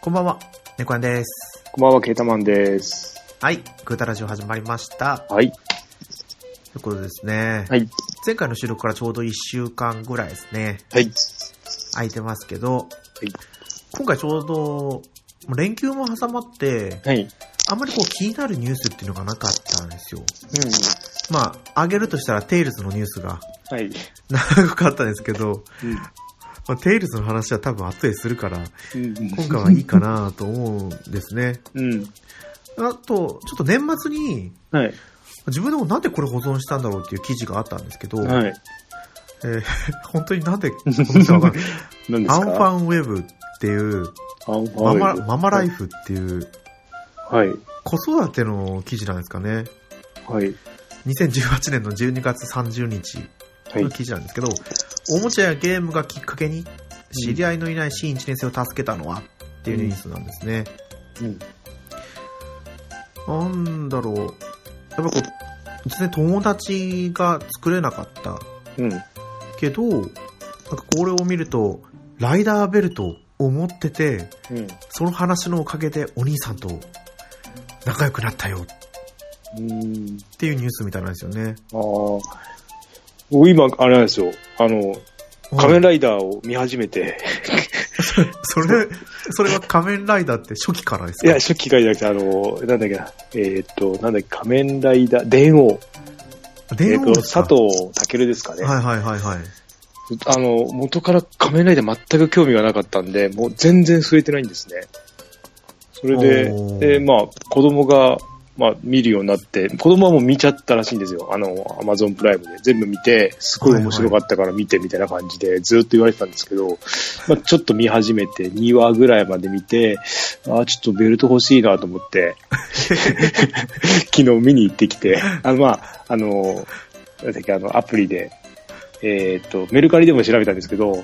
こんばんは、猫、やんです。こんばんは、ケータマンです。はい、グータラジオ始まりました。はい。ということでですね、はい。前回の収録からちょうど1週間ぐらいですね、はい。空いてますけど、い今回ちょうど、もう連休も挟まって、はい。あんまりこう気になるニュースっていうのがなかったんですよ。まあ、あげるとしたらテイルズのニュースがうん。はい。長かったんですけど、うんまあ、テイルズの話は多分後でするから、うん今回はいいかなと思うんですね。うん。あと、ちょっと年末に、はい。自分でもなんでこれ保存したんだろうっていう記事があったんですけど、はい。えー本当になんでこの人わ かんない。何ですアかンファンウェブっていう、アンファマン。マママライフっていうはい。子育ての記事なんですかね。はい。 2018年の12月30日はいの。記事なんですけど、おもちゃやゲームがきっかけに知り合いのいない新1年生を助けたのはっていうニュースなんですね。うん。なんだろう。やっぱこう、全然友達が作れなかったうん。けど、なんかこれを見ると、ライダーベルトを持ってて、うん。その話のおかげでお兄さんと仲良くなったよっうん。ていうニュースみたいなんですよね。ああ。僕今、あれなんですよ。あの、 仮面ライライダーを見始めて、それ、それは 仮面ライダーって初期からですいかや、初期がじゃなくて、あの、なんだっけな、えーっと、なんだっけ、仮面ライダー、電王。え電ー王っと、ですか佐藤健ですかね。はいはいはいはい。あの、元から仮面ライダー全く興味がなかったんで、もう全然据えてないんですね。それおーで、で、まあ、子供が、まあ、見るようになって、子供はもう見ちゃったらしいんですよ。あの、アマゾンプライムで全部見て、すごい面白かったから見てみたいな感じで、ずっと言われてたんですけど、まあ、ちょっと見始めて、2話ぐらいまで見て、ああ、ちょっとベルト欲しいなと思って、 昨日見に行ってきて、あの、まあ、あの、なんだっけ、あの、アプリで、えーっと、メルカリでも調べたんですけど、はい。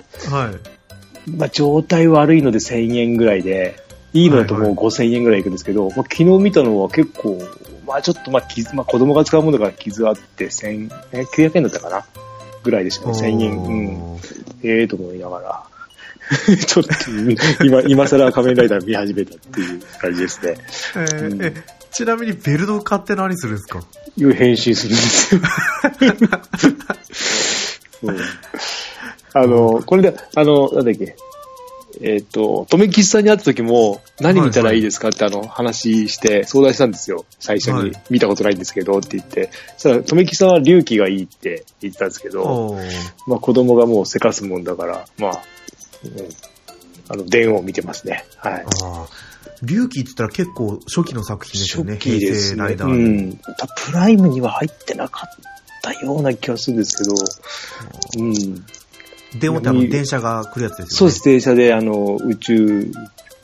まあ、状態悪いので1000円ぐらいで、いいのだともう5000円ぐらいいくんですけど、まあ、昨日見たのは結構、まあちょっとまあ傷、まあ子供が使うものだから傷あって1000、え900円だったかなぐらいでしたね。1000円。うん。おーええと思いながら。 ちょっと、うん今、今更仮面ライダー見始めたっていう感じですね。えーうんえちなみにベルトを買って何するんですかいう変身するんですよ。 うんあの、これで、あの、なんだっけ、えっ、と、とめきちさんに会った時も、何見たらいいですかってあの話して相談したんですよ。最初に、はい見たことないんですけどって言って。そしたら、とめきちさんは隆起がいいって言ってたんですけど、おーまあ子供がもうせかすもんだから、まあ、うん、あの、電話を見てますね。はい。ああ。龍騎って言ったら結構初期の作品ですよね。初期です平成ラね。イダうーで。ん。たプライムには入ってなかったような気がするんですけど、うん。電話ってあの電車が来るやつですそようね。です、電車で、あの、宇宙、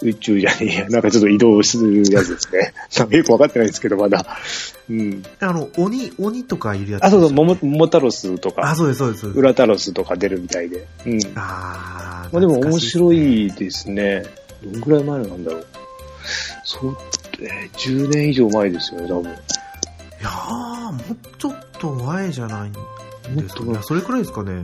宇宙じゃねえや、なん かちょっと移動するやつですね。 なんかよくわかってないんですけど、まだ。うん。あの、鬼、鬼とかいるやつであ、すそようね。そう、桃、桃太郎スとあ、か、そうです、そうです。そうです裏太郎スとか出るみたいで。うん。まあーあでも面白。懐かしですねいですね。どんぐらい前なんだろう。そう、えー10年以上前ですよね、多分。いやー、もうちょっと前じゃないんですかもっとね。前それくらいですかね。だ、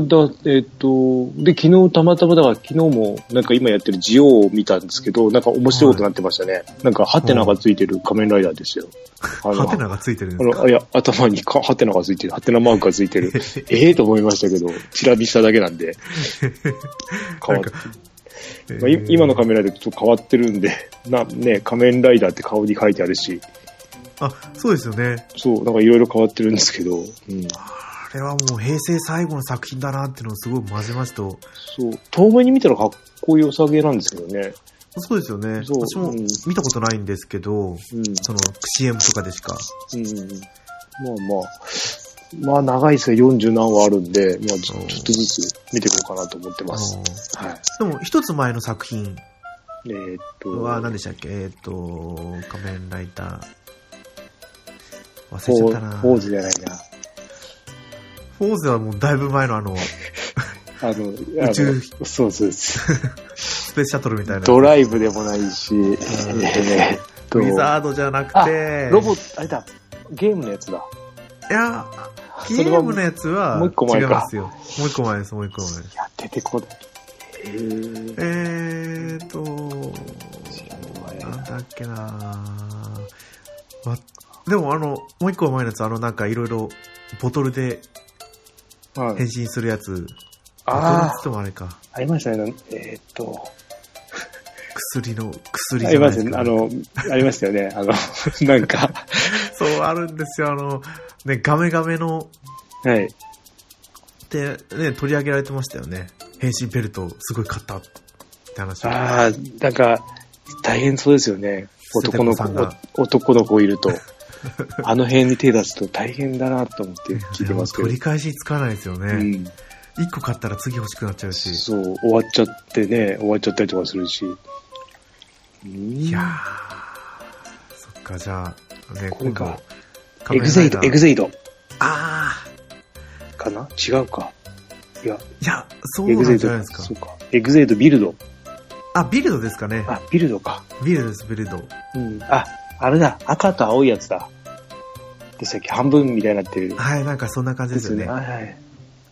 だ、えっ、と、で、昨日たまたまだから昨日もなんか今やってるジオを見たんですけど、なんか面白いことになってましたね。なんかハテナがついてる仮面ライダーですよ。あのハテナがついてるんであすかの、あいや、頭にかハテナがついてる、ハテナマークがついてる。ええと思いましたけど、チラ見しただけなん で。変わっなんかまあ、い 今の仮面。面ライダーちょっと変わってるんで、な、ね、仮面ライダーって顔に書いてあるし、あ、そうですよね。そう、なんかいろいろ変わってるんですけど、うん。あれはもう平成最後の作品だなっていうのをすごいまじまじと。そう、遠目に見たらかっこよさげなんですけどね。そうですよね。そう私もうん見たことないんですけど、うん。その CM とかでしか。うん。まあまあ、まあ長いですよ、40何話あるんで、まあちょうんちょっとずつ見ていこうかなと思ってます。あはい。のでも一つ前の作品えーっと、は何でしたっけえっ、と、仮面ライダー。忘れちゃったな。ポーズじゃないな。フォーゼはもうだいぶ前のあの、スあの、あ宇宙のそうそう です。ペースシャトルみたいな。ドウライブでもないし、えーっと、ィザードじゃなくて、ロボット、あれだ、ゲームのやつだ。いや、ゲそれーはムのやつは、もう一個前か違いますよ。もう一個前です、もう一個前です。いや、出てこない。えーえーと、だっけなわでもあの、もう一個前のやつ、あのなんかいろいろボトルでは変い。身するやつ。ボあトルっつってもあれか。あ、ありましたね。なんえーっと、薬の、薬あじりゃなまいしですたね。かあの、ありましたよね。あの、 なんか、 そう、あるんですよ。あの、ね、ガメガメの、はい。って、ね、取り上げられてましたよね。変身ベルト、すごい買ったって話。ああ、なんか、大変そうですよね。男の子ステテコさんが、お男の子いると。あの辺に手出すと大変だなと思って聞いてますけど取。り返しつかないですようね。ん。一、個買ったら次欲しくなっちゃうし。そう、終わっちゃってね、終わっちゃったりとかするし。いいやー、そっか、じゃあ、ね、これか今度エグゼイド、エグイゼイドあかな違うか。いや、ー、いや、そうエグなゼんイじドゃないですか。そうか。エグゼイドビルド。あ、ビルドですかね。あ、ビルドか。ビルドです、ビルド。うん。あ、あれだ。赤と青いやつだ。でしたっけ半分みたいになってる。はい、なんかそんな感じですよね。はいはい。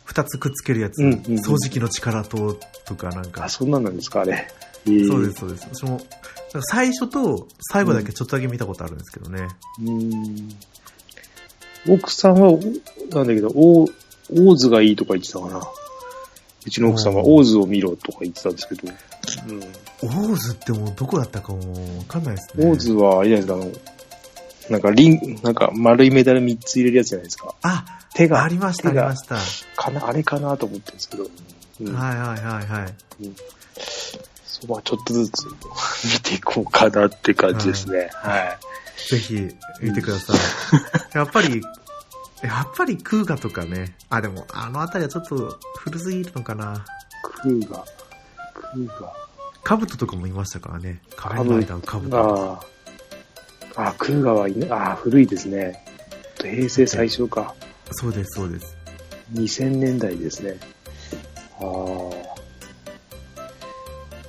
二つくっつけるやつ。うんうんうん掃除機の力と、とかなんかあ、。そんなんなんですか、あれ。。そうですす、そうです。私も、最初と最後だけちょっとだけ見たことあるんですけどね。うん。奥さんは、おなんだけど、オーオーズがいいとか言ってたかな。うちの奥さんはオーズを見ろとか言ってたんですけど。うん。オーズってもうどこだったかもわかんないですね。オーズは、あれじゃないですか、あの、なんかリン、なんか丸いメダル3つ入れるやつじゃないですか。あ、手が、ありました、あ手りがました。はかな、あれかなと思ってるんですけど、ういん、はいはいはい。そばちょっとずつ 見ていこうかなって感じですね。はい。ぜひ見てください。 やっぱり、やっぱり空ガとかね。あ、でもあのあたりはちょっと古すぎるのかな。クーガ、クーガ、カブトとかもいましたからね。仮面ライダーカブト。ああ、あクーガはいね、ああ、古いですね。平成最初か。そうです、そうです。 2000年代ですね。ああ。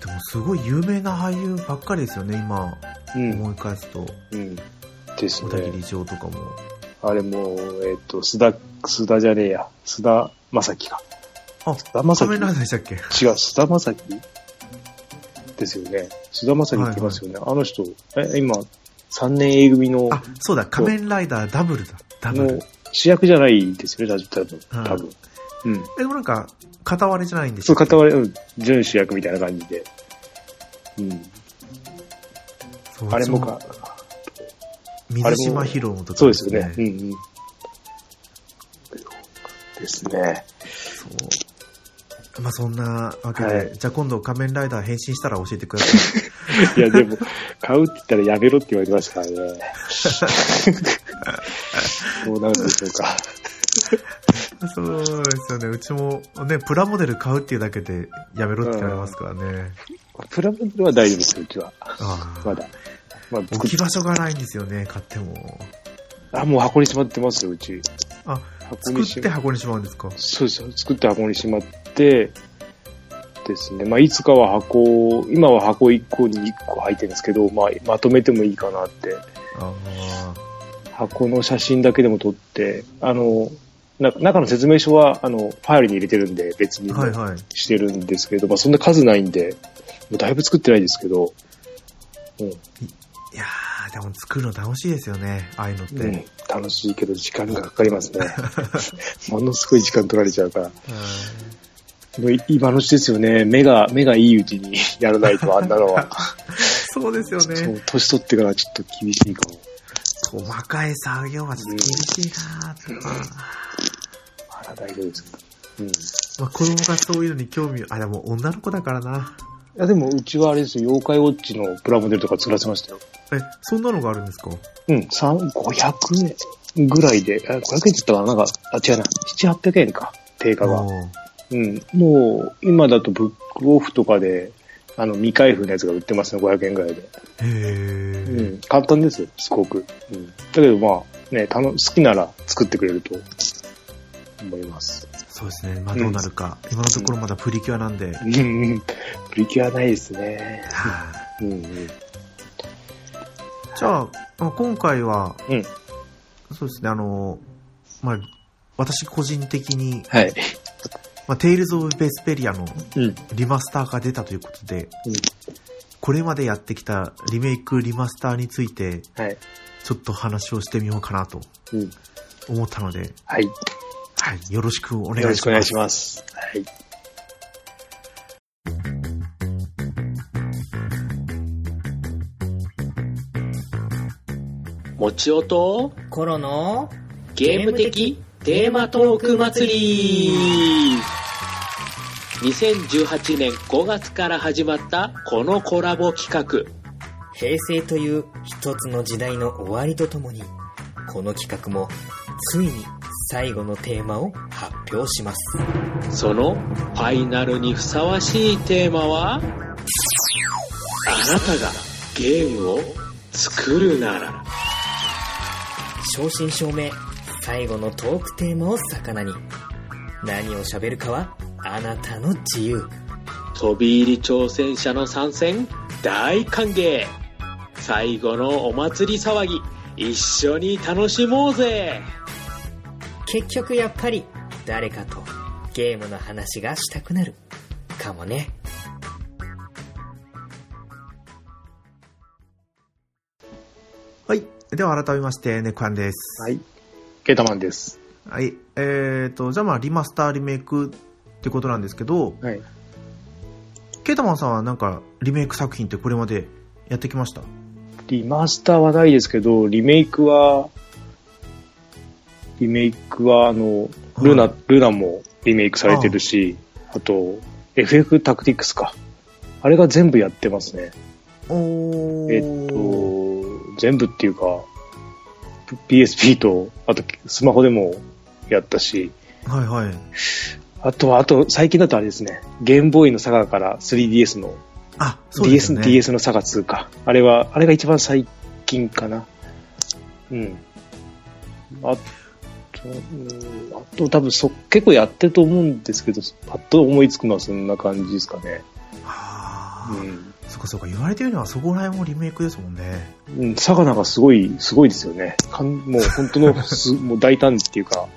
でもすごい有名な俳優ばっかりですよね、今。うん。思い返すと。うん。です小ね。田切城とかも。あれも、えっ、と、須田、須田じゃねえや。須田正樹か。あ須田正仮面樹ライダーでしたっけ違う、須田正樹ですよね。須田正樹って言いますよね。あの人、え、今、3年 A 組の、あ、そうだ、仮面ライダーダブルだ。ダブルの。主役じゃないですよね、多分。はい多分。うん。えでもなんか、片割れじゃないんですそう、よ。片割れ、うん、準主役みたいな感じで。うん。そうあれもか。、水島ヒロムとか、そうですよね。うんうん。ですね。そうまあそんなわけで、はいじゃあ今度仮面ライダー変身したら教えてくだ さい。いや、でも、買うって言ったらやめろって言われてます からね。どうなるんでしょうか。そうですよね。うちもね、プラモデル買うっていうだけでやめろって言われますからね。プラモデルは大丈夫ですよ、うちは。ああまだ。まあ、置き場所がないんですよね、買っても。あ、もう箱にしまってますよ、うち。あ、箱作にっしてま箱にしまうんですかそうですよ。作って箱にしまって、ですね。まあ、いつかは箱を、今は箱1個に1個入ってるんですけど、まあ、まとめてもいいかなって。ああ。箱の写真だけでも撮って、あの、な中の説明書は、あの、ファイルに入れてるんで、別にはいはい。してるんですけど、まあ、そんな数ないんで、もうだいぶ作ってないですけど、うん、いやー、でも作るの楽しいですよね、ああいうのって。うん楽しいけど時間がかかりますね。 ものすごい時間取られちゃうから。うんもうい今のうちですよね。目が、目がいいうちにやらないと、あんなのは。そうですよそね。う、年取ってからちょっと厳しいかも。細かい作業はちょっと厳しいなーって腹大丈夫ですけど。うん。いまあ、子供がそういうのに興味、あ、でも女の子だからな。や、でもうちはあれですよ、妖怪ウォッチのプラモデルとか作らせましたよ。え、そんなのがあるんですかうん、三500円ぐらいで、あ500円って言ったかななんか、あ、違うな、7、800円か、定価がお。ーうん、もう、今だとブックオフとかで、あの、未開封のやつが売ってますね、500円ぐらいで。へえ、うん、簡単ですよ、すごく。うん。だけど、まあ、ね、たの好きなら作ってくれると思います。そうですね。まあうんどうなるか。今のところまだプリキュアなんで。うん、うん。 プリキュアないですね。はうん、うん。あじゃあ、まあ、今回は、うんそうですね、あの、まあ、私個人的に、はい。まあ、テイルズ・オブ・ベスペリアのうん。リマスターが出たということで、うんこれまでやってきたリメイク、リマスターについて、はい。ちょっと話をしてみようかなとうん。思ったので、はい。はい、よろしくお願いします。よろしくお願いします。はい。もちおとコロのゲーム的テーマトーク祭り2018年5月から始まったこのコラボ企画平成という一つの時代の終わりとともに、この企画もついに最後のテーマを発表します。そのファイナルにふさわしいテーマはあなたがゲームを作るなら正真正銘、最後のトークテーマを魚に。何を喋るかはあなたの自由。飛び入り挑戦者の参戦大歓迎最後のお祭り騒ぎ一緒に楽しもうぜ結局やっぱり誰かとゲームの話がしたくなる。かもね。はい。では改めまして、ネコアンです。はい。ケータマンです。はい。えーと、じゃあまあ、リマスター、リメイクってことなんですけど、はい。ケータマンさんはなんか、リメイク作品ってこれまでやってきましたリマスターはないですけど、リメイクは、リメイクは、あの、ルナ、はいルナもリメイクされてるし、あと、FF タクティクスか。あれが全部やってますね。おえっー。と、全部っていうか、PSP と、あとスマホでもやったし、はいはい。あとは、あと、最近だとあれですね、ゲームボーイのサガから 3DS の、あ、そうです DS、よね。 DS のサガ2か。あれは、あれが一番最近かな。うん。あと、うん、あと多分そ、結構やってると思うんですけど、パッと思いつくのはそんな感じですかね。はうあ、ん。そっかそっか、言われてみればそこら辺もリメイクですもんね。うん、サガなんかすごい、すごいですよね。かんもう本当のす、 もう大胆っていうか、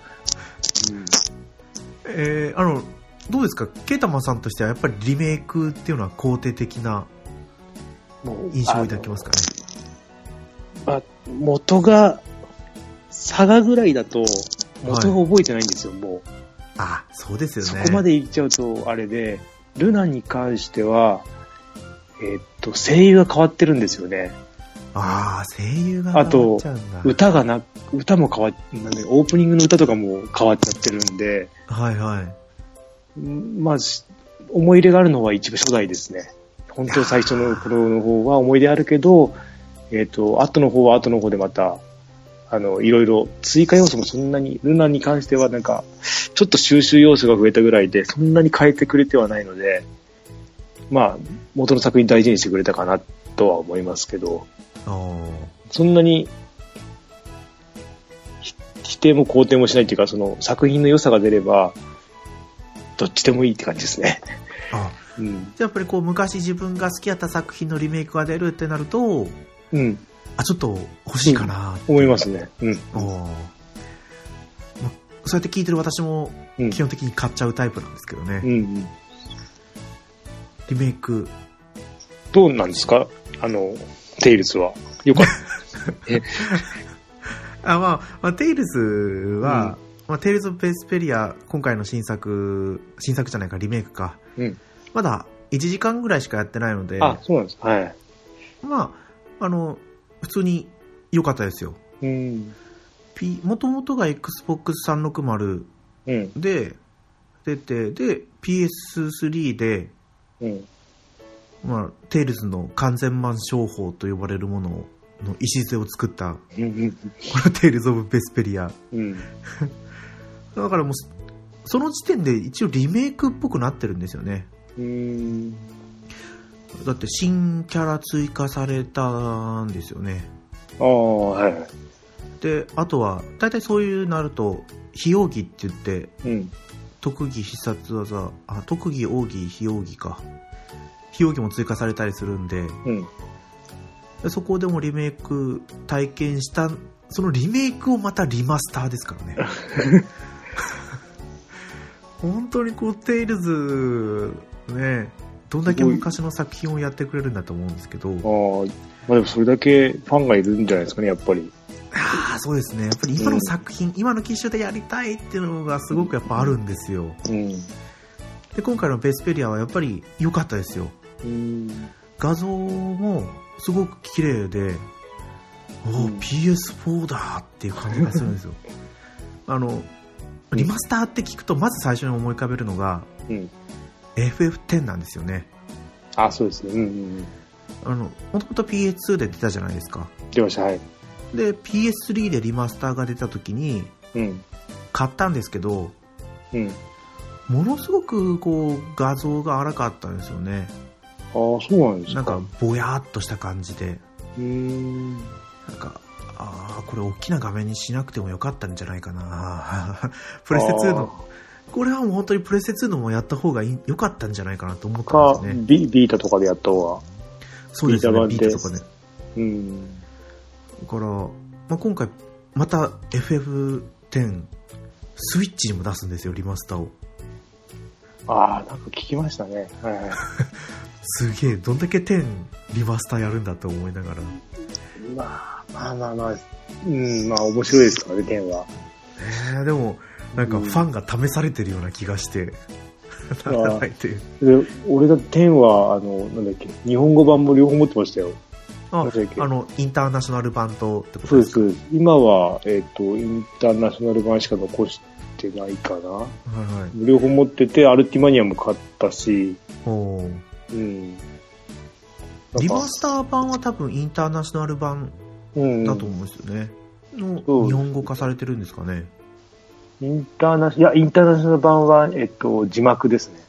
うん、えー、あの、どうですかケータマンさんとしてはやっぱりリメイクっていうのは肯定的なもう印象をいただけますかね。まあ、元が、佐賀ぐらいだと、元が覚えてないんですよ、もう。あ、そうですよそね。こまでいっちゃうと、あれで、ルナに関しては、えっと、声優が変わってるんですよね。ああ、声優が変わっちゃうんだ。歌がな、歌も変わっ、なんだよオープニングの歌とかも変わっちゃってるんで、はいはい。んまあ、し思い入れがあるのは一部初代ですね。本当最初の頃の方は思い出あるけど、えっ、と、後の方は後の方でまた、あの、いろいろ追加要素もそんなに、ルナに関してはなんか、ちょっと収集要素が増えたぐらいで、そんなに変えてくれてはないので、まあ、元の作品大事にしてくれたかなとは思いますけど、おーそんなに、ひ否定も肯定もしないというか、その作品の良さが出れば、どっちでもいいって感じですね。あうん。じゃあやっぱりこう昔自分が好きやった作品のリメイクが出るってなると、うん。あ、ちょっと欲しいかな、思いますね。うん。おーまそうやって聞いてる私もうん。基本的に買っちゃうタイプなんですけどね。うんうん。リメイク。どうなんですかあの、テイルズは。よかっあ、まあ、まあ、テイルズは、まあ、テイルズ・ベスペリア、今回の新作、新作じゃないか、リメイクか。うんまだ1時間ぐらいしかやってないので、た。あ、そうなんです。はい。まあ、あの、普通に良かったですよ。うん。 P、元々が Xbox 360うん。で出て、で、PS3 で、うん。まあ、テイルズの完全版商法と呼ばれるものを、の礎を作った、こうん。のテイルズ・オブ・ベスペリア。うん。だからもう、その時点で一応リメイクっぽくなってるんですよね。うん。だって新キャラ追加されたんですよね。ああ、はで、あとは、大体そういうなると、非容疑って言って、い。うん。特技必殺技あ特技奥義非奥義か非奥義も追加されたりするんでうん。でそこでもリメイク体験したそのリメイクをまたリマスターですからね本当にこう「テイルズねどんだけ昔の作品をやってくれるんだと思うんですけど、あーまあでもそれだけファンがいるんじゃないですかね、やっぱり。ああ、そうですね。やっぱり今の作品、今の機種でやりたいっていうのがすごくやっぱあるんですよ。うん。で、今回のベスペリアはやっぱり良かったですよ。うん。画像もすごく綺麗で、おーうん PS4 だっていう感じがするん ですよ。あの、リマスターって聞くと、まず最初に思い浮かべるのが、うん。 FF10 なんですよね。あ、そうですね。うんうんうん。あの、もともと PS2 で出たじゃないですか。出ました、はい。で、PS3 でリマスターが出た時に、うん。買ったんですけど、うん。ものすごくこう画像が荒かったんですよねああ、そうなんですなか。んか、ぼやーっとした感じでうーん。なんかああこれ大きな画面にしなくてもよかったんじゃないかな プレステ2のこれはもう本当にプレステ2のもやった方がいい良かったんじゃないかなと思っあー。たんか、ですねビビータとかでやった方が。そうですねビビーートとタか版ねでうん。だから、まあ、今回また FF10 スイッチにも出すんですよリマスターをああ、なんか聞きましたね。はいはい。 すげえどんだけ10リマスターやるんだと思いながらまあ、まあまあまあ、うん、まあ面白いですからね、剣 は。えーでもなんかファンが試されてるような気がして、うんな らないというで俺だって剣は、あの、なんだっけ、日本語版も両方持ってましたよ。あなんだっけあのインターナショナル版とってこそとうでですす、そうです。今は、えっ、と、インターナショナル版しか残してないかな。はいはい両方持ってて、アルティマニアも買ったし、おーうん。リマスタター版は多分インターナショナル版ーだと思うんですよね、そうのです日本語化されてるんですかねインターナショナル、いや、インターナショナル版は、えっ、と、字幕ですね。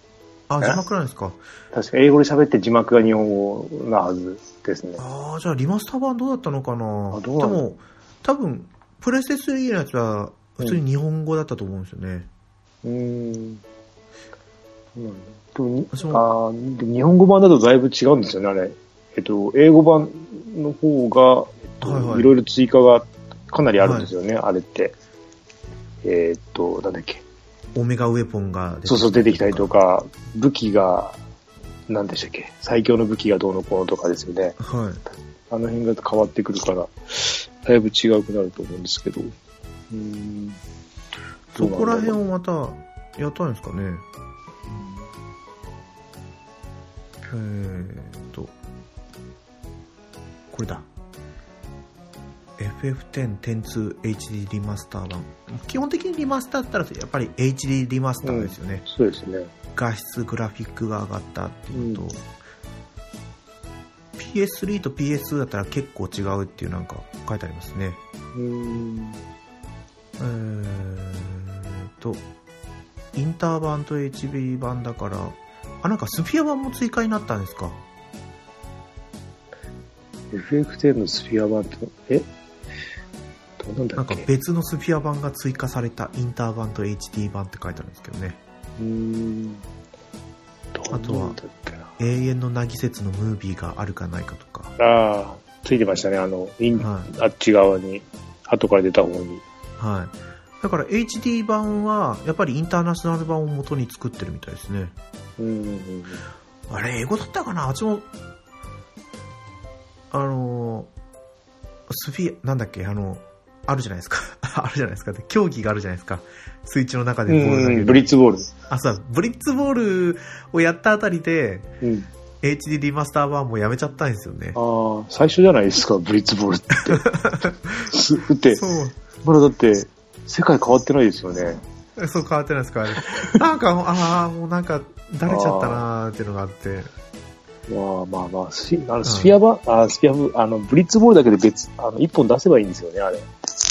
あえ字幕なんですか確か、英語で喋って字幕が日本語なはずですね。ああじゃあリマスター版どうだったのかなあでどうなのも多分プレステ3のやつは普通に日本語だったと思うんですよね、うーん。そうなんだでもに私あもーでも日本語版だとだいぶ違うんですよね、あれ。えっと、英語版の方が、えっとはいいはいろいろ追加がかなりあるんですよね、あれって。えーっと、なんだっけ。オメガウェポンが出てきたりとかそうそう、出てきたりとか、武器が、なんでしたっけ。最強の武器がどうのこうのとかですよね。はいあの辺が変わってくるから、だいぶ違うくなると思うんですけど。うーん。どそうなんだろこうら辺をまたやったんですかね。えー、っと、これだ。FF10-10-2HD リマスター版。基本的にリマスターだったらやっぱり HD リマスターですよね。そうですね。画質、グラフィックが上がったっていうのと、PS3 と PS2 だったら結構違うっていうなんか書いてありますね。うーん。えーと、インター版と HB 版だから、あ、なんかスフィア版も追加になったんですか。 FF10 のスフィア版と、えどうなんだなんっけか別のスフィア版が追加されたインター版と HD 版って書いてあるんですけどね。うーん。あとはどうなんだっけな。永遠のな季節のムービーがあるかないかとか。ああ、ついてましたね。あの、インはあっち側に、後から出た方に。はい。だから HD 版は、やっぱりインターナショナル版を元に作ってるみたいですね。うーん。あれ、英語だったかなあっちも、あのー、スフィア、なんだっけ、あの、あるじゃないですか。 あるじゃないですか。で競技があるじゃないですか。スイッチの中でうボール投げん、るブリッツボール。あ、そうだブリッツボールをやったあたりで、うん。 HD リマスター版もやめちゃったんですよね。ああ、最初じゃないですか、ブリッツボー ルって。すだって、そう。まだだって、世界変わってないですよね。そう変わってないですか、あれ。 なんか、ああ、もうなんか、だれちゃったなーっていうのがあって。まあまあまあ、スフィあのスフィア版、あスフィア部、あの、ブリッツボールだけで別、あの、一本出せばいいんですよね、あれ。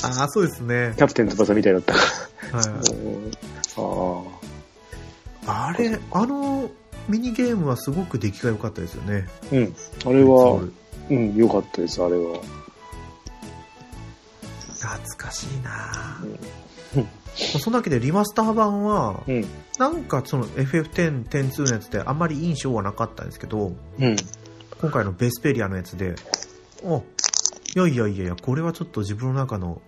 ああ、そうですね。キャプテン翼みたいだったから。はい、ああ。あれ、あの、ミニゲームはすごく出来が良かったですよね。うん。あこれは、うん、良かったです、あれは。懐かしいなうんぁまあそんなわけでリマスター版はうん。なんかその FF10、102のやつであんまり印象はなかったんですけどうん。今回のベスペリアのやつでおいやいやいやいやこれはちょっと自分の中の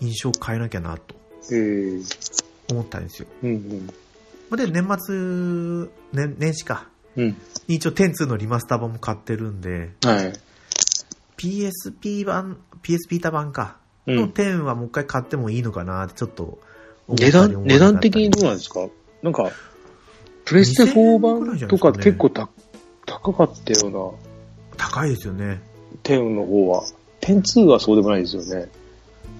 印象を変えなきゃなとええ思ったんですようんうん。で年末、ね、年始かうん。一応、1 0 2のリマスター版も買ってるんで、はい。 PSP 版、PS ピータ版か。うんの10はもう一回買ってもいいのかなって、ちょっと思った値り思わなかったり。段、値段的にどうなんですかなんか、プレステ2000 4ぐらいじゃないで版とすかかね結構た高かったよ高いですよね。うな、10の方は。102はそうでもないですよね。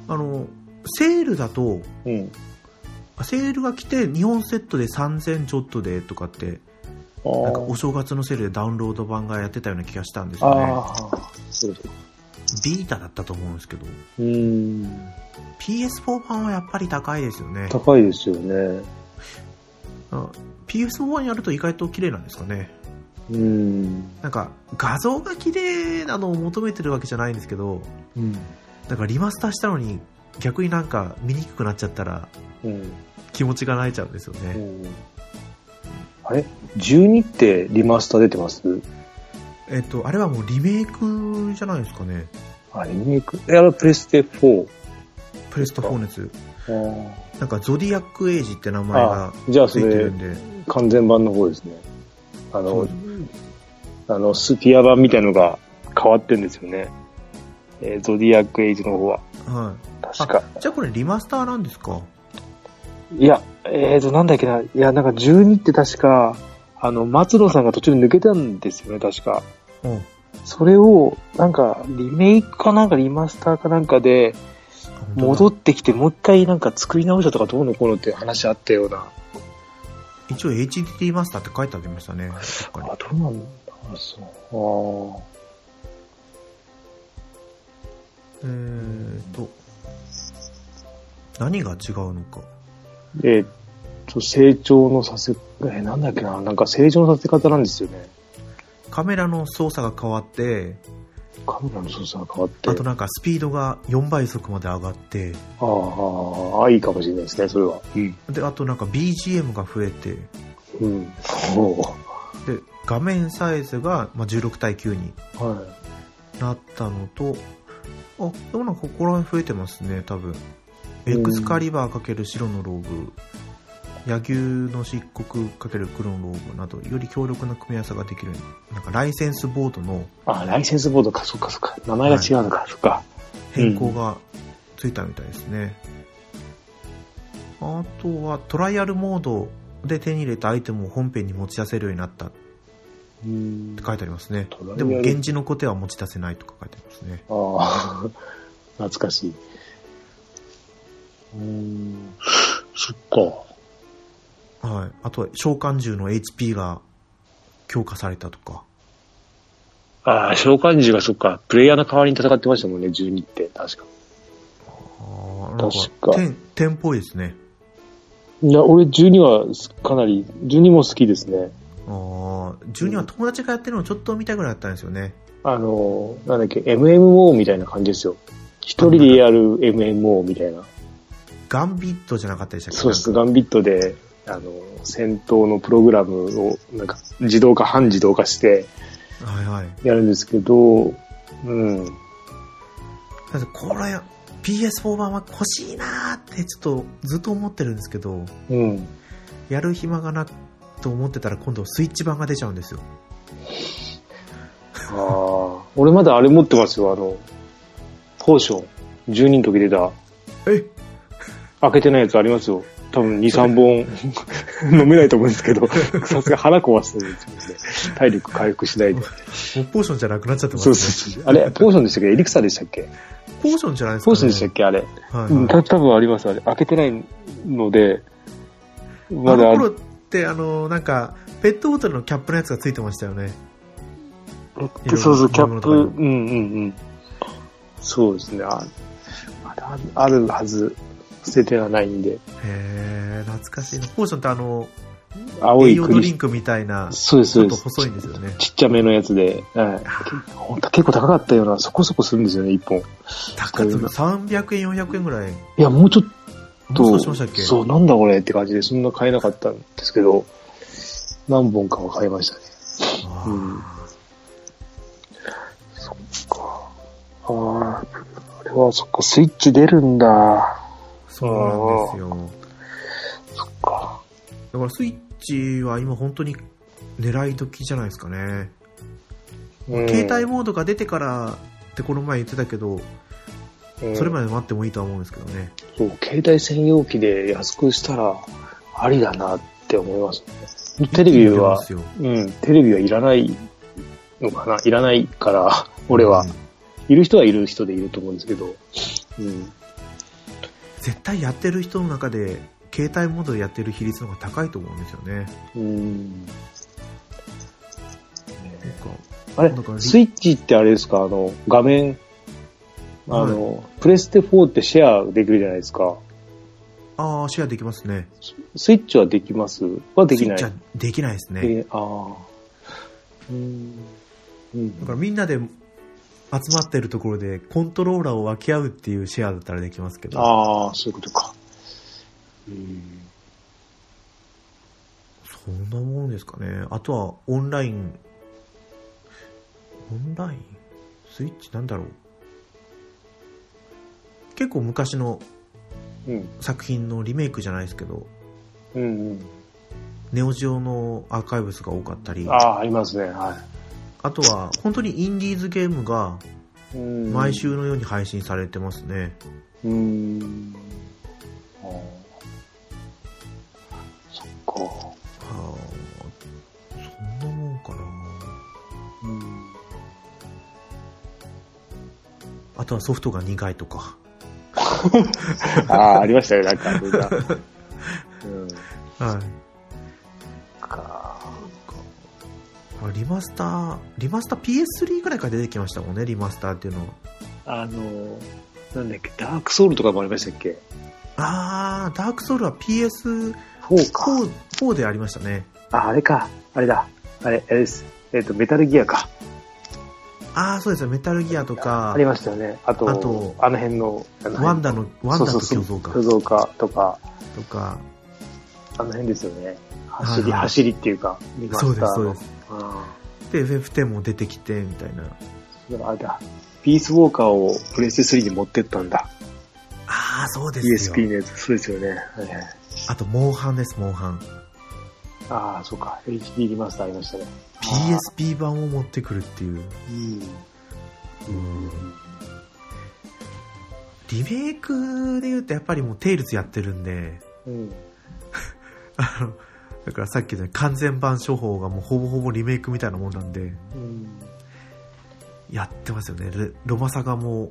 あの、セールだと、うん。セールが来て2本セットで3000ちょっとでとかって、あなんかーお正月のセールでダウンロード版がやってたような気がしたんですよね。あー、そうだ。ビータだったと思うんですけど、うーん。 PS4 版はやっぱり高いですよね。高いですよね。あ PS4 版やると意外と綺麗なんですかね。うーん。なんか画像が綺麗なのを求めてるわけじゃないんですけど、うん。なんかリマスターしたのに逆になんか見にくくなっちゃったらうん。気持ちが泣いちゃうんですよね。あれ ?12 ってリマスター出てますえっと、あれはもうリメイクじゃないですかね。あ、リメイクえ、あれプレステ4。プレスト4熱。あーなんかゾディアックエイジって名前がじゃあつそいてるれん、で。完全版の方ですね。そあうの、あの、スピア版みたいのが変わってんですよね。えーゾディアックエイジの方は。は確か。い。じゃあこれリマスターなんですかいや、えーと、なんだっけな。いや、なんか12って確か、あの、松野さんが途中で抜けたんですよね、確か。うん。それを、なんか、リメイクかなんかリマスターかなんかで、戻っってきて、もう一回なんか作り直したとかどうのこうのっていう話あったような。一応 HDD マスターって書いてありましたね。確かにあ、どうなんだあそう。ああ。えーっと。何が違うのか。えーっと、成長のさせ、えーなんだっけな、なんか成長のさせ方なんですよね。カメラの操作が変わって、カメラの操作が変わって。あとなんかスピードが4倍速まで上がって、あーあー、あーいいかもしれないですね、それは。うん。で、あとなんか BGM が増えて、うん。おーで、画面サイズがまあ16対9にはなったのと、あ、でもなんかここら辺増えてますね、多分。うんエクスカリバー×白のローブ、柳生の漆黒×黒のローブなど、より強力な組み合わせができる、なんかライセンスボードのい。あ、ライセンスボードか、そっかそっか。名前が違うのか、そっか。変更がついたみたいですね。あとは、トライアルモードで手に入れたアイテムを本編に持ち出せるようになったってうん。書いてありますねトライア。ルでも、源氏の小手は持ち出せないとか書いてありますね。ああ、 懐かしい。うーん、そっか。はい。あとは、召喚獣の HP が強化されたとか。ああ、召喚獣がそっか、プレイヤーの代わりに戦ってましたもんね、12って、確か。ああ、なんか確、か点、点っぽいですね。いや、俺12はかなり、12も好きですね。ああ、12は友達がやってるのをちょっと見たぐらいだったんですよね。あの、なんだっけ、MMO みたいな感じですよ。一人でやる MMO みたいな。ガンビットじゃなかったでしたっけそうです、なんかガンビットで、あの、戦闘のプログラムを、なんか、自動化、半自動化してはいはい。やるんですけど、うん。だってこれ、PS4 版は欲しいなーってちょっとずっと思ってるんですけど、うん。やる暇がなと思ってたら今度スイッチ版が出ちゃうんですよ。ああ、俺まだあれ持ってますよ、あの、ポーション。10人の時出た、え開けてないやつありますよ。多分2、3本 飲めないと思うんですけど、さすが腹壊してるんですよね。体力回復し ないで。もうポーションじゃなくなっちゃってまそうすね。そうそう。あれ、ポーションでしたっけエリクサーでしたっけポーションじゃないですか、ポね。ーションでしたっけあれ。はい、うん、はい。た多分あります、あれ。開けてないので、まあだの頃って、あの、なんか、ペットボトルのキャップのやつがついてましたよね。いろいろそうそう、キャップ、いろいろうんうんうん。そうですね。あまだあるあるはず、捨ててはないんで。へー、懐かしいな。ポーションってあの、青栄い養クドリリスンクみたいな、ちそうです、そょうっでとす。細いんですよね。ちっちゃめのやつで、はい。ほんと結構高かったような、そこそこするんですよね、一本。高津300円、400円ぐらい。いや、もうちょっと、もう少しましたっけそう、なんだこれって感じで、そんな買えなかったんですけど、何本かは買いましたね。あうんーそっか。ああ、あれは、そっか、スイッチ出るんだ。そうなんですよ。そっか。だからスイッチは今本当に狙い時じゃないですかね。うん携帯モードが出てからってこの前言ってたけど、うんそれまで待ってもいいとは思うんですけどね。そう、携帯専用機で安くしたら、ありだなって思いますね。テレビ一、気はに出ますようん、テレビはいらないのかな、いらないから、俺は、いる人はいる人でいると思うんですけど、うん、絶対やってる人の中で、携帯モードでやってる比率の方が高いと思うんですよね。うん。なんかあれなんか、リスイッチってあれですか、あの、画面、あの、プレステ4ってシェアできるじゃないですか。ああ、シェアできますね。スイッチはできますはできない。スイッチはできないですね。でああ。うん。うんだからみんなで集まってるところでコントローラーを分け合うっていうシェアだったらできますけど、ああ、そういうことか。うん。そんなもんですかね。あとはオンライン、オンラインスイッチなんだろう。結構昔のうん。作品のリメイクじゃないですけど、うん、うん。ネオジオのアーカイブスが多かったり、あああ、ありますね。はとは本当にインディーズゲームがい。うん毎。週のように配信されてますね。うん。あーそっか。はあ、そんなもんかな。うん。あとはソフトが苦いとか。ああ、ありましたね。なんか、あれが。うん。はい。か。あリマスター、リマスター PS3 ぐらいから出てきましたもんね、リマスターっていうのは。あの、なんだっけ、ダークソウルとかもありましたっけあー、ダークソウルは PS4 ?4 か。 4でありましたね。あ、あれか。あれだ。あれ、あれです。えっ、と、メタルギアか。あー、そうですよ、メタルギアとかあり、ましたよね。あと、あとあの辺の、あの辺ワンダの、ワンダそとうそ共うそう存か巨像化とか、とか、あの辺ですよね。い走り、はい走りっていうか、見まそうしでた。す、そうです。あで、FF10 も出てきて、みたいな。あれだ。ピースウォーカーをプレイステ3に持ってったんだ。あー、そうですよ。 ESP のやつ、そうですよね。はいはいあと、モンハンです、モンハン。ああ、そうか。HD リマスターありましたね。 PSP 版を持ってくるっていう。うんリメイクで言うとやっぱりもうテイルズやってるんで、うん。うん。あの、だからさっきのように完全版処方がもうほぼほぼリメイクみたいなもんなんで、うん。やってますよね。レロマサガも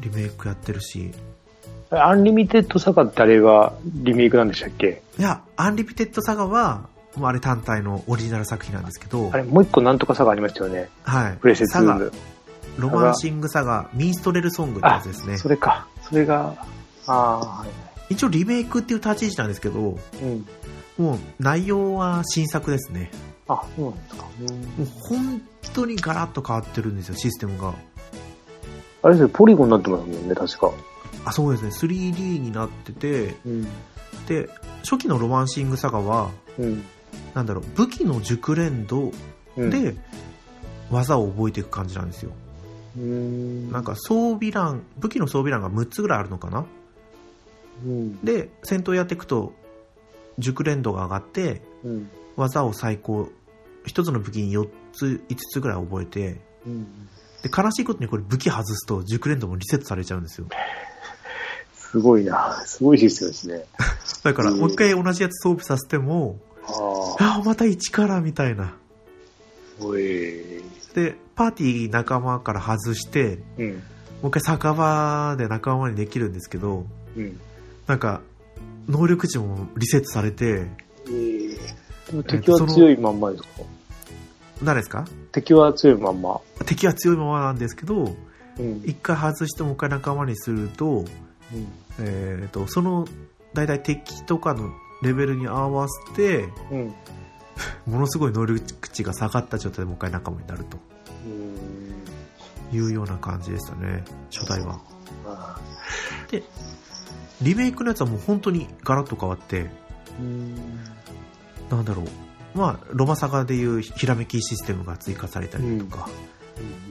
リメイクやってるし、アンリミテッドサガってあれはリメイクなんでしたっけいや、アンリピテッドサガは、もうあれ単体のオリジナル作品なんですけどあ、れ、もう一個なんとかサガありましたよね。はい。プレイステサガ、 2ロマンシングサガ、ミンストレルソングってやつですねの。そ。れか。それが、ああー、はい一応リメイクっていう立ち位置なんですけど、はい。うん。もう内容は新作ですね。あ、そうなんですか。うんもう本当にガラッと変わってるんですよ、システムが。あれですよ、ポリゴンになってますもんね、確か。あ、そうですね、3D になってて、うん。で、初期のロマンシングサガは、うん。なんだろう、武器の熟練度うん、で技を覚えていく感じなんですよ。うん。なんか装備欄、武器の装備欄が6つぐらいあるのかなうん、で、戦闘やっていくと、熟練度が上がって、うん。技を最高、1つの武器に4つ、5つぐらい覚えて、うん。で、悲しいことにこれ武器外すと熟練度もリセットされちゃうんですよ。すごいな。すごいシステムですね。だから、うんもう一回同じやつ装備させても、ああ、ああ、また一からみたいな。すごい。で、パーティー仲間から外して、うん。もう一回酒場で仲間にできるんですけど、うん。なんか、能力値もリセットされて、ええでも敵は強いまんまですか何ですか敵は強いまんま。敵は強いままなんですけど、うん。一回外してもう一回仲間にすると、うん。えっ、と、その、だいたい敵とかのレベルに合わせて、うん。ものすごい能力値が下がった状態でもう一回仲間になるとうん。いうような感じでしたね、初代は。あリメイクのやつはもう本当にガラッと変わって、ーうん。なんだろう。まあ、ロマサガでいうひらめきシステムが追加されたりだとか、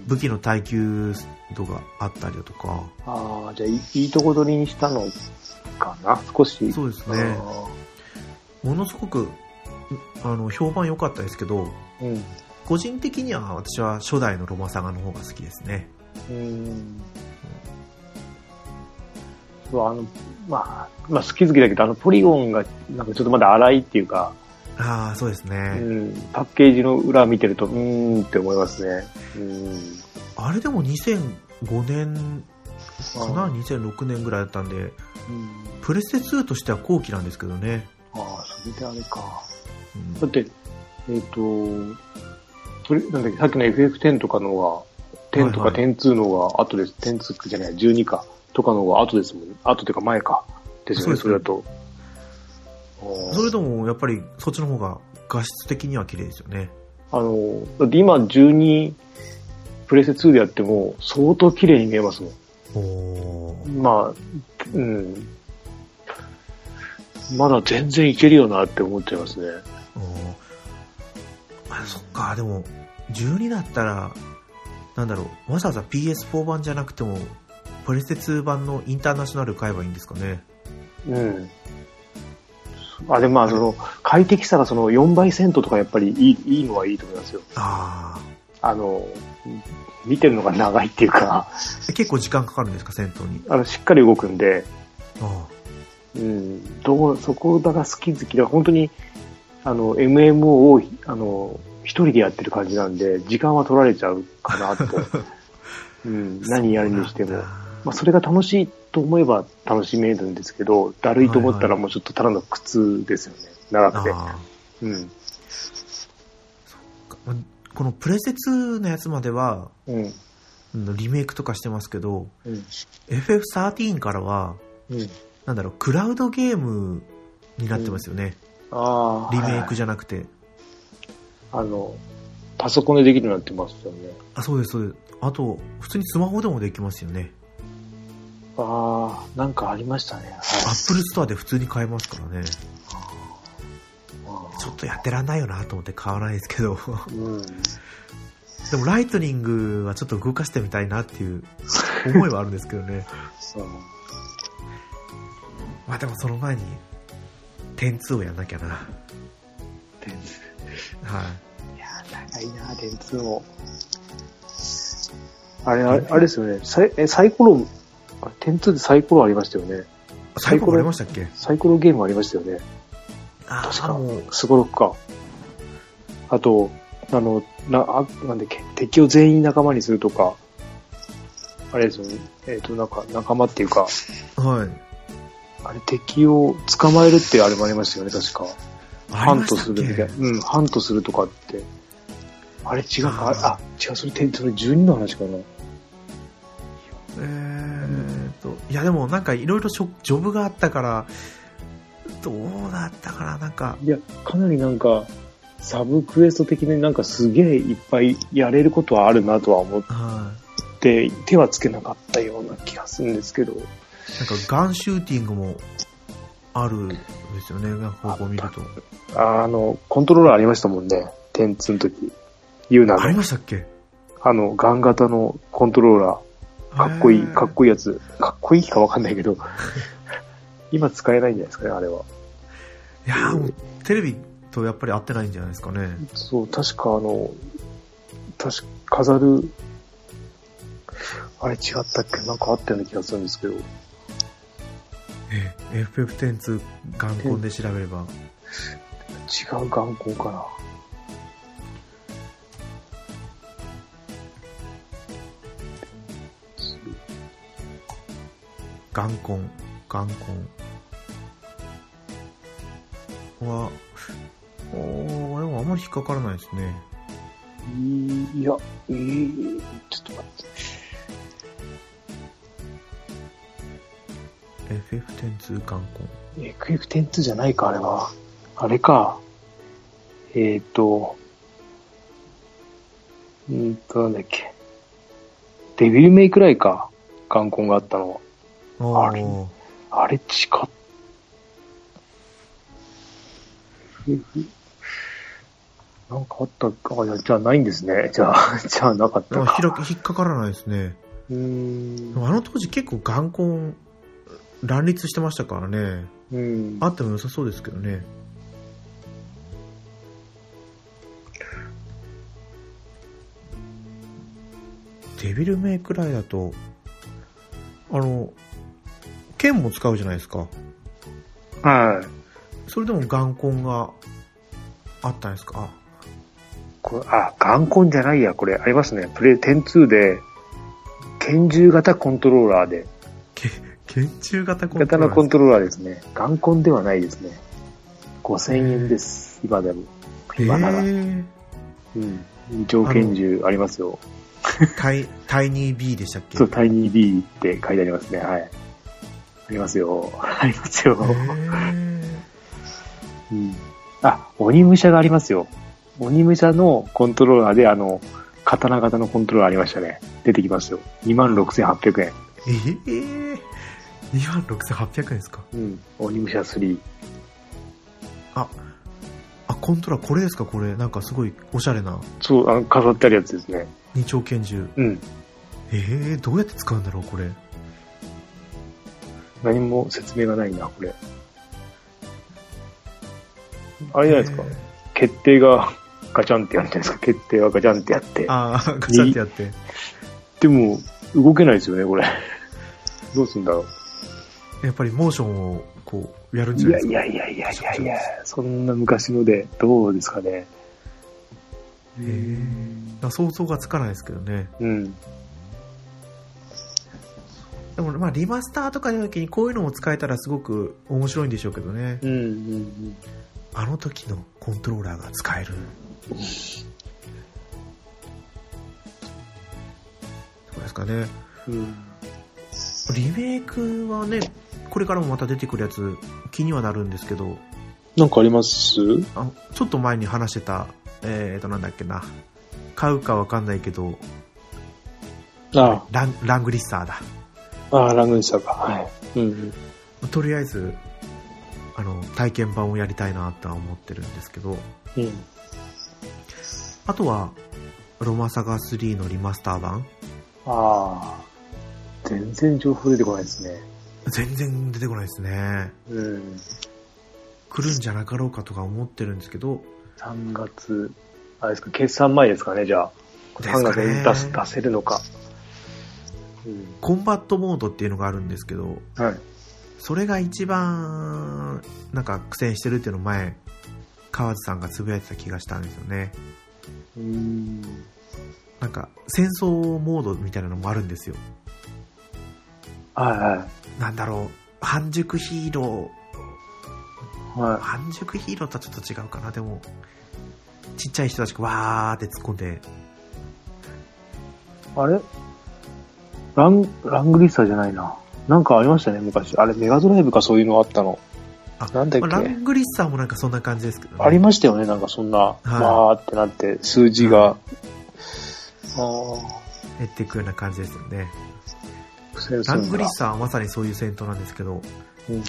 武器の耐久度があったりだとか、ああ、じゃあい、いいとこ取りにしたのかな少し。そうですあね。ーものすごくあの評判良かったですけどうん。個人的には私は初代のロマサガの方が好きですねうん。そう、あの、まあ、まあ、好き好きだけど、あの、ポリゴンが、なんかちょっとまだ荒いっていうか、ああそうですね、うん、パッケージの裏見てると、うーんって思いますね。うん。あれでも2005年かなあ2006年ぐらいだったんでーうんプレステ2としては後期なんですけどね、ああ、それであれか。うんだって、えっ、と、それ、なんだっけ、さっきの FF10 とかのが、10とかはいは102のが後です。102じゃない、12か、とかのが後ですもん。後というか前か。ですよね、そそうれでだと。ああそれでもやっぱりそっちの方が画質的には綺麗ですよねあの、だって今12、プレステ2でやっても、相当綺麗に見えますもん。おおーまあ、うん。まだ全然いけるよなって思っちゃいますね。おーあそっかでも12だったらなんだろうわざわざ PS4 版じゃなくてもプレステ2版のインターナショナル買えばいいんですかねうん。あ、でもまあ、その、快適さがその4倍セントとかやっぱりいいいいのはいいと思いますよ。ああの、見てるのが長いっていうか、 あ結構時間かかるんですか戦闘にあの、しっかり動くんで、あうん、どう、そこだが好き好きだ、本当に、あの、MMO を、あの、一人でやってる感じなんで、時間は取られちゃうかなと。うん、あ何やるにしてそうもな。んだまあ、それが楽しいと思えば楽しめるんですけど、だるいと思ったらもうちょっとただの苦痛ですよね。長くて。あうん。ーまこのプレステ2のやつまではうん。うんリメイクとかしてますけどうん。 FF13 からはうん。なんだろうクラウドゲームになってますよね、ああ。リメイクじじゃなくてゃ。あの、パソコンでできるようになってますよね。あそうですそうですあと普通にスマホでもできますよねああ、なんかありましたね。はい。アップルストアで普通に買えますからねあーちょっとやってらんないよなと思って買わないですけど うん。でもライトニングはちょっと動かしてみたいなっていう思いはあるんですけどね そう。まあでもその前に点2をやんなきゃな電はいいやー、長いな、電通も。あれ、あれあれですよね。サイえサイコロ、あ電通でサイコロありましたよね。最高ありましたっけサイコロゲームありましたよね。あ確あかもうすごろくか。あと、あの、な、あ、なんだっけ、敵を全員仲間にするとか、あれですよね。えっ、と、なんか、仲間っていうか、はいあれ、敵を捕まえるってあれもありましたよね、確か。あハりンまトしたすっるみたいけな。うん、ハントするとかって。あれ、違うか、あれあ、違う、それ、てそれ12の話かな。えーっといやでもなんかいろいろジョブがあったからどうだったかななんかいや、かなりなんか、サブクエスト的になんかすげえいっぱいやれることはあるなとは思っはいて、手はつけなかったような気がするんですけど。なんかガンシューティングもあるんですよね、なんかここ見ると。ああの、コントローラーありましたもんね。点ツの時。ユーナありの、ましたっけあの、ガン型のコントローラー。かっこいい、かっいこいいやつ。かっこいいかわかんないけど。 今使えないんじゃないですかね、あれは。い。いやーもうテレビとやっぱり合ってないんじゃないですかね。そう、確かあの、確か飾る、あれ違ったっけなんかあったような気がするんですけど。ええ FF102 ガンコンで調べれば。違う眼光かな。ガンコン、ガンコン。は、おー、でもあんまり引っかからないですね。いや、えー、ちょっと待って。 FF102 ガンコン。エクエフ1 2じゃないか、あれは。あれか。えっ、ー、と、うーんと、なんだっけ。デビルメイクライか。ガンコンがあったのおあれー、は。あれ、違っ。なんかあったか。あじゃあじゃあないんですね。じゃあ、 じゃあなかっでもたか。引っか引っかからないですね。うーでもん。あの当時結構ガンコン乱立してましたからね。うん。あっても良さそうですけどね。デビルメイクライだと、あの、剣も使うじゃないですか。はい。それでも眼根があったんですかこれ、あ、眼コンじゃないや、これ、ありますね。プレイ102で、拳銃型コントローラーで、拳中型コント型ローのラーコです。ントローラーですね。眼コンではないですね。5000円です、今でも。今なら。えうん。二丁拳銃ありますよ。ー、タイ、タイニー B でしたっけそう、タイニー B って書いてありますね。はい。ありますよ。ありますよ。えーうんあ、鬼武者がありますよ。鬼武者のコントローラーで、あの、刀型のコントローラーありましたね。出てきますよ。26,800円。え ー、26,800円ですかうん。鬼武者3。あ、あ、コントローラーこれですかこれ。なんかすごいおしゃれなそう、あの、飾ってあるやつですね。二丁拳銃。うん。えー、どうやって使うんだろうこれ。何も説明がないな、これ。あれじゃないですか。えー決定が ガチャンってやるんじゃないですか。決定はガチャンってやって。ああ、ガチャってやって。でも、動けないですよね、これ。どうすんだろう。やっぱりモーションをこう、やるんいじゃなやいですいかやいやいやいやいや、そんな昔ので、どうですかね。えーな想像がつかないですけどね。うん。でもまあリマスターとかの時にこういうのも使えたらすごく面白いんでしょうけどねう。んうんあの時のコントローラーが使える。どうですかね。うん。リメイクはね、これからもまた出てくるやつ気にはなるんですけど、なんかありますあちょっと前に話してた、えーとなんだっけな。買うかわかんないけど、あランラングリッサーだ。あ、ああ、ラングリッサーか。はい。うん。とりあえずあの体験版をやりたいなとは思ってるんですけどうん。あとはロマサガ3のリマスター版ああ、全然情報出てこないですね。全然出てこないですねうん。来るんじゃなかろうかとか思ってるんですけど3月、あれですか、決算前ですかね、じゃあ。です3か月ねに出す、出せるのか。うん。コンバットモードっていうのがあるんですけどはい。それが一番なんか苦戦してるっていうのを前河津さんがつぶやいてた気がしたんですよねうん。なんか戦争モードみたいなのもあるんですよはいはなんだろう半熟ヒーローい。は半熟ヒーローとはちょっと違うかなでもちっちゃい人たちがわーって突っ込んでい。あれラン、ラングリッサーじゃないな。なんかありましたね、昔。あれ、メガドライブかそういうのあったの。あなんだっけまあラングリッサーもなんかそんな感じですけど、ね、ありましたよね、なんかそんな、わ、ーってなって、数字が、あやっていくような感じですよねー苦戦すラるンんグリだッ。サーはまさにそういう戦闘なんですけど、うん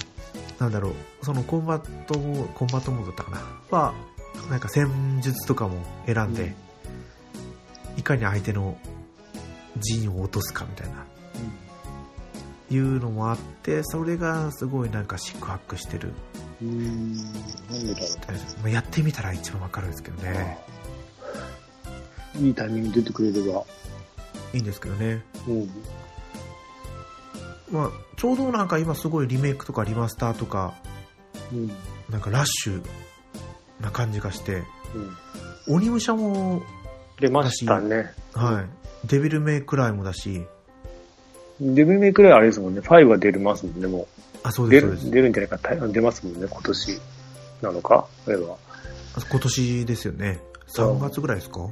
なんだろうそのコンバットモコンバットモードだったかなはなんか戦術とかも選んで、いかに相手の陣を落とすかみたいないうのもあってそれがすごいなんか四苦八苦してるうん。うん。なんでだろまあやってみたら一番わかるんですけどうね、いいタイミング出てくれれば。いいんですけどね。うん。まあ、ちょうどなんか今すごいリメイクとかリマスターとか、うん。なんかラッシュな感じがして、うん。鬼武者も、出ましたね。はい、デビルメイクライもだし、デビメイクらいあれですもんね。5は出るますもんね、もあ、そうう。で出す、そうです。る、出るんじゃないか、た出ますもんね、今年。なのかあれは。今年ですよね。3月ぐらいですか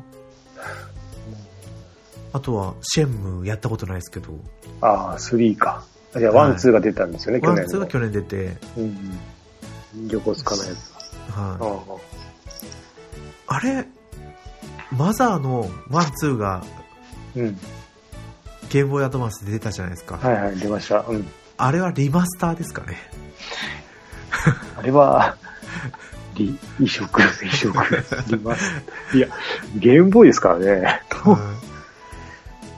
あとは、シェンムやったことないですけど、ああ、3か。じゃあ、はい1、2が出たんですよね、ワ去ン年ツーのが。去年出て、うんうん。横つかないやつだ。あはい、あ。あれ、マザーのワンツーがうん。ゲームボーイアドバンスで出たじゃないですか。はいはい、出ました。うん。あれはリマスターですかね。あれは、 リ、移植、移 植、リマスいや、ゲームボーイですからね。はい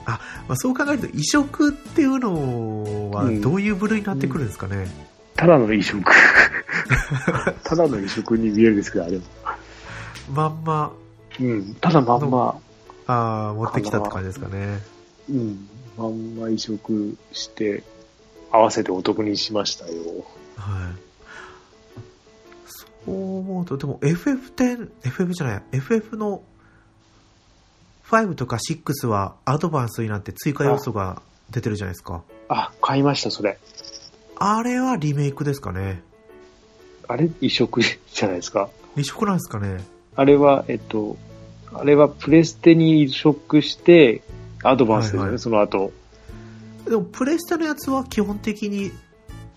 あ、まあ、そう考えると移植っていうのはうんどういう部類になってくるんですかね、ただの移植。 ただの移植に見えるんですけど、あれも。まんまうん。ただまんま。あー持ってきたって感じですかねうん。まんま移植して、合わせてお得にしましたよ。はい。そう思うと、でも FF10、FF じゃない、FF の5とか6はアドバンスになって追加要素が出てるじゃないですか。あ、買いました、それ。あれはリメイクですかね。あれ移植じゃないですか。移植なんですかね。あれは、えっと、あれはプレステに移植して、アドバンスですよね、はいはいその後。でもプレステのやつは基本的に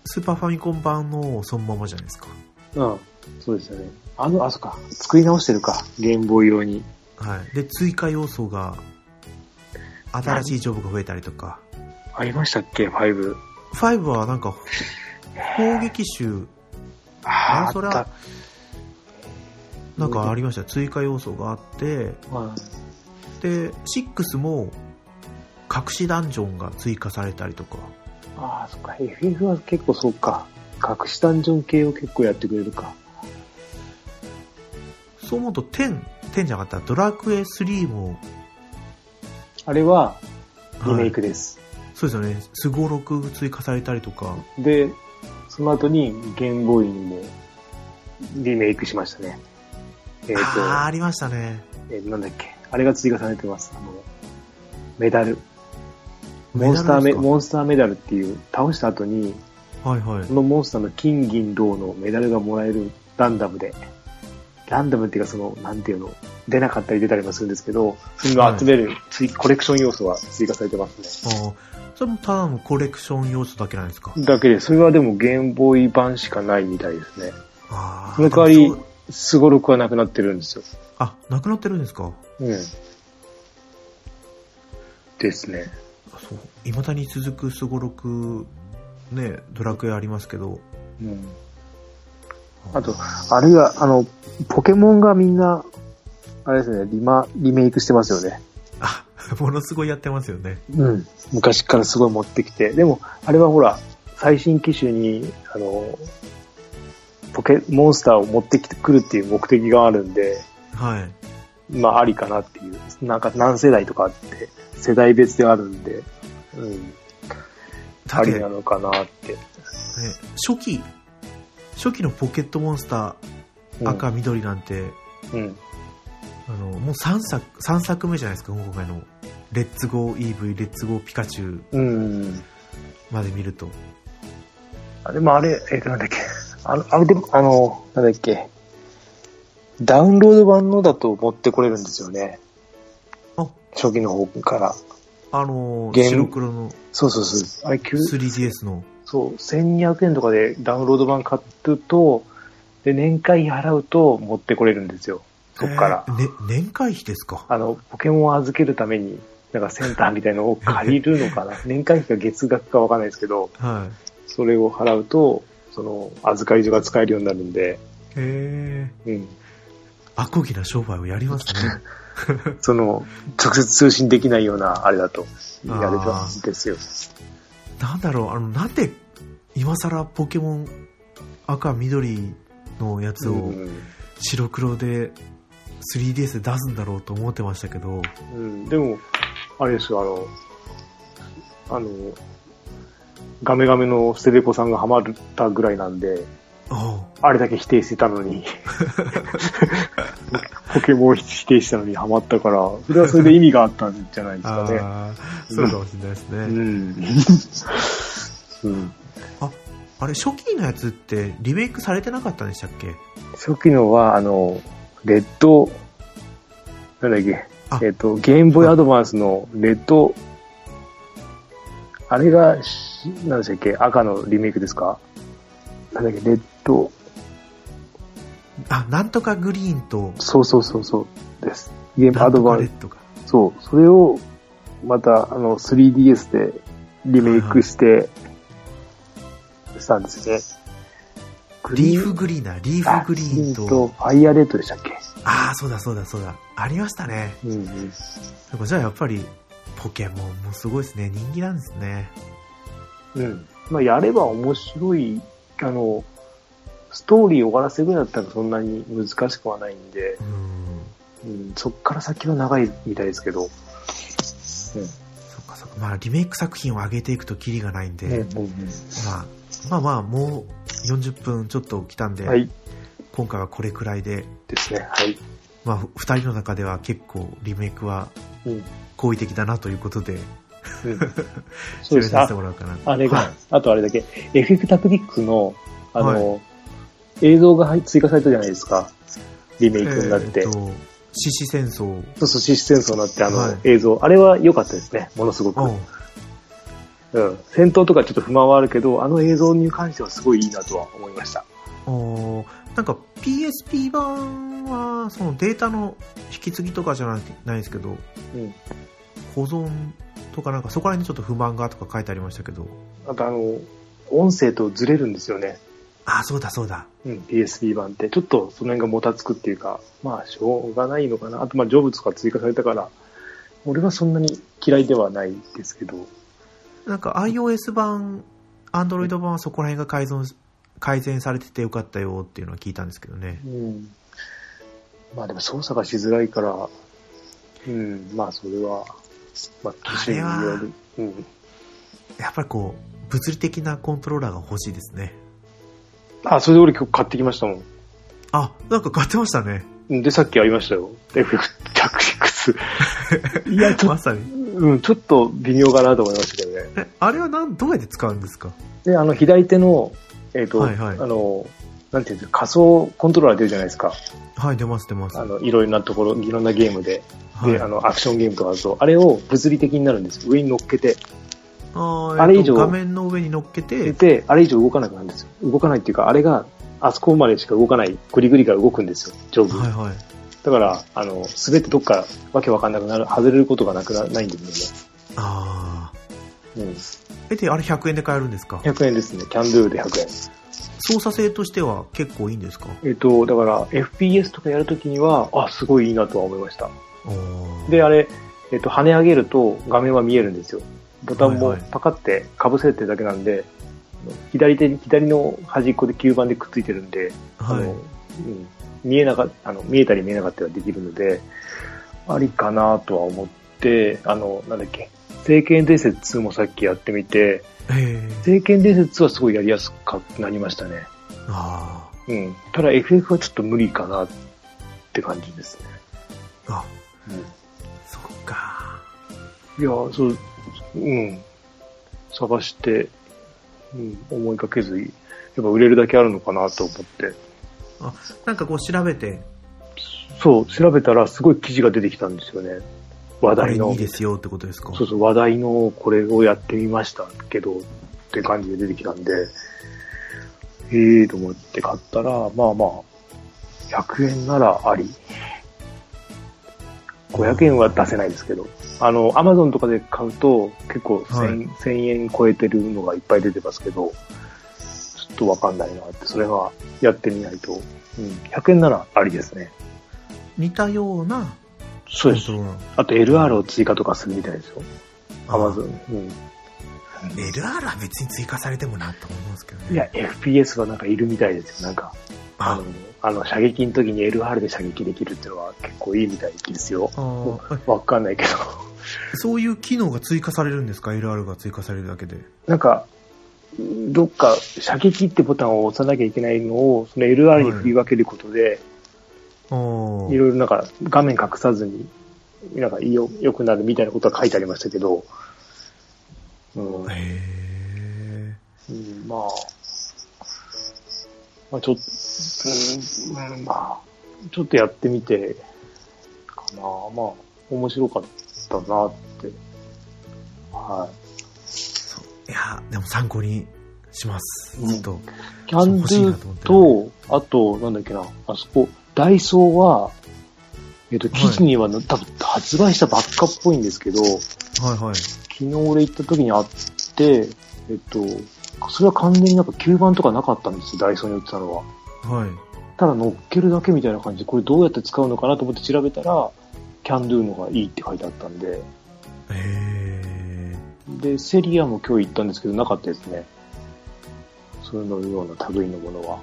スーパーファミコン版のそのままじゃないですか。うん。そうですよね。あの、あ、そっか。作り直してるか。ゲームボーイ用に。はい。で、追加要素が、新しいジョブが増えたりとか。ありましたっけ ?5。 5はなんか、攻撃集ああそれはなんかありました。追加要素があって、まで、6も隠しダンジョンが追加されたりとか。あ、あそっか。FF は結構そうか。隠しダンジョン系を結構やってくれるか。そう思うと10、10じゃなかった、ドラクエ3も、あれは、はリいメイクです。そうですよね、スゴロク追加されたりとか、で、その後に、ゲームボーイにも、リメイクしましたね。えっ、あーありましたね。と、えーなんだっけ。あれが追加されてます。あの、メダル。モメンダスタールでメ、すかモンスターメダルっていう、倒した後に、はいはいそ。のモンスターの金銀銅のメダルがもらえるランダムで、ランダムっていうかその、なんていうの、出なかったり出たりもするんですけど、それを集める、追コレクション要素は追加されてますあーそれもただのコレクション要素だけなんですか。ね。だけで、それはでもゲームボーイ版しかないみたいですね。あーその代わりそう、スゴロクはなくなってるんですよ。あ、なくなってるんですか。うん。ですね。そう、未だに続くスゴロク、ね、ドラクエありますけど。うん。あと、あれが、あの、ポケモンがみんな、あれですね、リマ、リメイクしてますよね。あ、 ものすごいやってますよね。うん。昔からすごい持ってきて。でも、あれはほら、最新機種に、あの、ポケ、モンスターを持ってきてくるっていう目的があるんで、はい。まあ、ありかなっていう。なんか、何世代とかあって、世代別であるんで、うん。だあってりなのかなって。ね、初期、初期のポケットモンスタうんー、赤、緑なんて、うん。あの、もう3作、三作目じゃないですか、今回の。レッツゴー EV、レッツゴーピカチュウうん。まで見ると。あ、でもあれ、えっと、なんだっけ。あの、あれでも、あの、なんだっけ。ダウンロード版のだと持ってこれるんですよね。あ、初期の方から。あのーゲーム白黒のそうそうそう。あれ、9 3DS の。そう、1200円とかでダウンロード版買うと、で、年会費払うと持ってこれるんですよ。そっからえ。ーね、年会費ですか。あの、ポケモンを預けるために、なんかセンターみたいのを借りるの かな。年会費か月額かわかんないですけど、はい。それを払うと、その、預かり所が使えるようになるんで、えうん。ー、アコギな商売をやりますね。その、直接通信できないような、 あれだと、やれたんですよ。なんだろう、あの、なんで、今更ポケモン赤、緑のやつうをん。白黒で 3DS で出すんだろうと思ってましたけど、うん、でも、あれですよ、あの、あの、ガメガメのステレコさんがハマったぐらいなんで、おうあれだけ否定してた のに、ポケモンを否定したのにハマったから、それはそれで意味があったんじゃないですかね。あーそうかもしれないですね。うん。うん、あれ、初期のやつってリメイクされてなかったんでしたっけ初期のは、あの、レッド、なんだっけあ、えっ、と、ゲームボーイアドバンスのレッド、あれが、しなんでしたっけ赤のリメイクですかなんだっけレッド、あ、なんとかグリーンと、そうそうそうそうです。ゲームなアんドとバかンレスッドか。そう、それを、また、あの、3DS でリメイクして、したんですね。リーフグリーンだ、リーフグリーンあリとと。ファイアレッドでしたっけああ、そうだそうだそうだ。ありましたね。うんうん。なんかじゃあやっぱり、ポケモンもすごいですね。人気なんですね。うん。まあ、やれば面白い、あの、ストーリーを終わらせるぐらいだったらそんなに難しくはないんでう、ん。うん、そっから先は長いみたいですけど、そっかそっまあ、リメイク作品を上げていくとキリがないんで、うんうんうんまあ、まあまあ、もう40分ちょっと来たんで、はい。今回はこれくらいで、ですね。はい。まあ、2人の中では結構リメイクはうん。好意的だなということで、うん、そそうれさですせあてもらおうかな。あれが、はいあとあれだけ、FF タクティックの、あの、映像が入追加されたじゃないですか。リメイクになって。えーと、獅子戦争。そうそう、システンソーになって、あの、はい映像。あれは良かったですね。ものすごく。うんうん。戦闘とかちょっと不満はあるけど、あの映像に関してはすごいいいなとは思いました。おーなんか PSP 版はそのデータの引き継ぎとかじゃなくないですけどうん。保存とかなんかそこら辺にちょっと不満がとか書いてありましたけどあとあの、音声とずれるんですよね。ああそうだそうだうん、PSP 版って、ちょっとその辺がもたつくっていうか、まあ、しょうがないのかな。あと、まあ、ジョブズが追加されたから、俺はそんなに嫌いではないですけど、なんか iOS 版 Android 版はそこら辺が改造改善されててよかったよっていうのは聞いたんですけどねうん。まあ、でも操作がしづらいから、うん、まあ、それは、まあ、あれは年による。うん。やっぱりこう物理的なコントローラーが欲しいですねあ、それで俺今日買ってきましたもん。あなんか買ってましたねうんで、さっきありましたよ。FF タクティクス。いや、ちょっまさにと、うん、ちょっと微妙かなと思いましたけどね。えあれはなんどうやって使うんですかで、あの、左手の、えっ、と、はいはいあの、なんていうんですか、仮想コントローラー出るじゃないですか。はい出ます出ますあの、いろいろなところ、いろんなゲームで。はいで、あの、アクションゲームとかあると、あれを物理的になるんですよ。上に乗っけて。ああれれ以以上上画面の上に乗っけて、で、あれ以上動かなくなるんですよ。動かないっていうか、あれが、あそこまでしか動かない、グリグリが動くんですよ、上部。はいはい。だから、あの、すべてどっかわけわかんなくなる、外れることがなくな、ないんですああ。よね。うん。え、で、あれ100円で買えるんですか100円ですね。キャンドゥで100円。操作性としては結構いいんですかえっ、と、だから、FPS とかやるときには、あ、すごいいいなとは思いました。おで、あれ、えっと、跳ね上げると画面は見えるんですよ。ボタンはもいはいパカって被せるってるだけなんで、左手に、左の端っこで吸盤でくっついてるんで、はあのうい。ん、見えなかあの見えたり見えなかったりはできるので、ありかなとは思って、あの、なんだっけ、聖剣伝説2もさっきやってみて、えー、聖剣伝説2はすごいやりやすくなりましたね。あうん。ただ FF はちょっと無理かなって感じですね。あ。あ、うんそっか。いや、そう、うん。探して、うん、思いかけず、やっぱ売れるだけあるのかなと思って。なんかこう調べて、そう、調べたらすごい記事が出てきたんですよね。話こ題れの。いいですよってことですかそうそう、話題のこれをやってみましたけど、って感じで出てきたんで、ええー、と思って買ったら、まあまあ、100円ならあり。500円は出せないですけど、あの、アマゾンとかで買うと、結構1000、はい1000円超えてるのがいっぱい出てますけど、ちょっとわかんないなって、それはやってみないと。うん、100円ならありですね。似たようなそコうンでトすロ。ーラー。あと LR を追加とかするみたいですよ。あアーマゾン。うん。 LR は別に追加されてもなと思いますけどね。いや、FPS はなんかいるみたいですよ。なんか、ああの、あの射撃の時に LR で射撃できるっていうのは結構いいみたいですよ。あー、えわかんないけど。 そういう機能が追加されるんですか ?LR が追加されるだけで。なんか、どっか射撃ってボタンを押さなきゃいけないのを、その LR に振り分けることで、あーい、ろいろなんか画面隠さずに、なんかよ良くなるみたいなことは書いてありましたけど、うん、へえ。うんまあ、まあちょっと、うんうん、まあ、ちょっとやってみて、かな、まあ、面白かったなって。はいや、でも参考にします。うんちょっと。い。キャンド欲しいなと思っゥてると、あと、なんだっけな、あそこ、ダイソーは、えっ、と、記事にはな、多分発売したばっかっぽいんですけど、はいはい。昨日俺行った時にあって、えっ、と、それは完全になんか吸盤とかなかったんですよ、ダイソーに売ってたのは。はい。ただ乗っけるだけみたいな感じで、これどうやって使うのかなと思って調べたら、キャンドゥのがいいって書いてあったんで、えで、セリアも今日行ったんですけど、なかったですね。それのような類のものは。ー、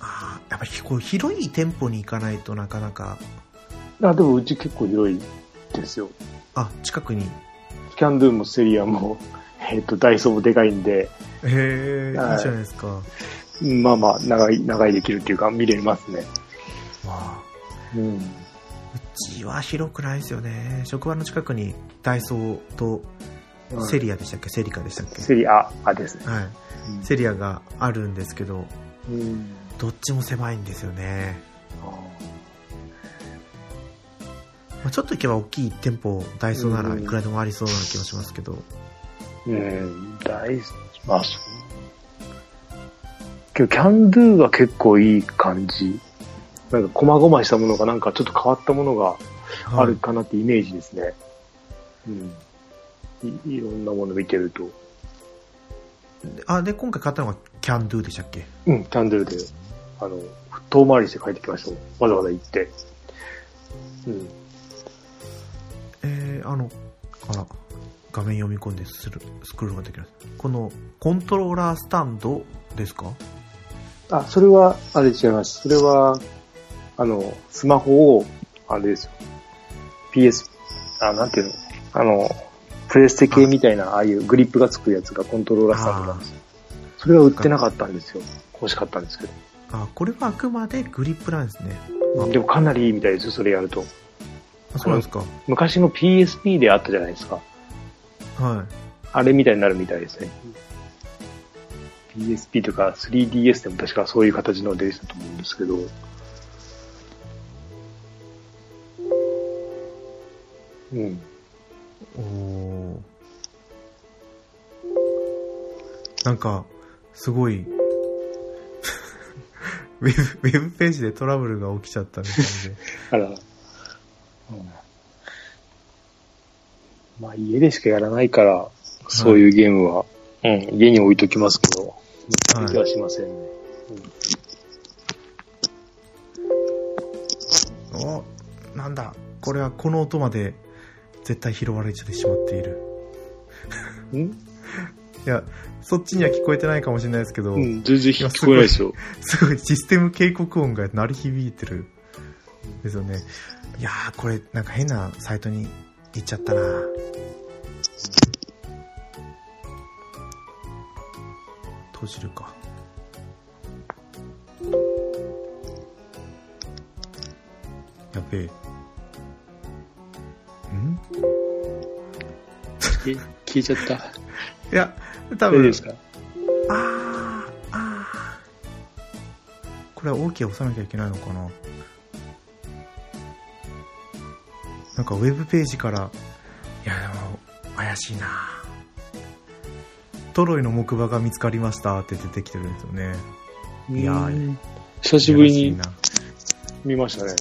あーやっぱりこう広い店舗に行かないとなかなか、うん、あでもうち結構広いですよ。あ、近くにキャンドゥもセリアも、 えっ、と、ダイソーもでかいんで、へえ、いいじはいゃないですか。わまあまあ、長い、長いできるっていうか、見れますね。あうん。うちは広くないですよね。職場の近くにダイソーとセリリアでしたっけセリカでしたっセリア、あ、ですねけ。はい。セリアがあるんですけど、うん。どっちも狭いんですよね。まあ、ちょっと行けば大きい店舗、ダイソーならいくらでもありそうな気もしますけど。うん、大好き。まあ、そう。けど、キャンドゥが結構いい感じ。なんか、細々したものが、なんか、ちょっと変わったものがはいあるかなってイメージですね。うん。いいろんなもの見てると。あ、で、今回買ったのがキャンドゥでしたっけうん、キャンドゥで、あの、遠回りして帰ってきましたもん。わざわざ行って。うん。えー、あの、あら、画面読み込んでする、スクロールができます。この、コントローラースタンドですかあ、それは、あれ違います。それは、あの、スマホを、あれですよ。PS、あ、なんていうのあの、プレステ系みたいな、ああいうグリップがつくやつがコントローラースタンドなんですよ。それは売ってなかったんですよ。欲しかったんですけど。あ、これはあくまでグリップなんですね。あでもかなりいいみたいですよ、それやると。あ、そうなんですか。昔の PSP であったじゃないですか。はあれみたいになるみたいですね。PSP とか 3DS でも確かそういう形のデジだと思うんですけど。うん。い。おーなんか、すごい、 ウェブ、ウェブページでトラブルが起きちゃったみたいで。あら。うん、まあ家でしかやらないから、そういうゲームは、うん、家に置いときますけど、はいできはしませんね。 おなんだこれはこの音まで絶対拾われてしまっているうん、いやそっちには聞こえてないかもしれないですけど、うん、全然聞こえないですよ。すごいシステム警告音が鳴り響いてるですよねいやーこれなんか変なサイトに行っちゃったな閉じるかやべえんえ聞いちゃった。いや、多大丈夫分、ですかあーあーこれは OK を押さなきゃいけないのかななんかウェブページから、いやでも、怪しいなトロイの木馬が見つかりましたって出てきてるんですよね。いやーうん久しぶりいにやら見ましたね。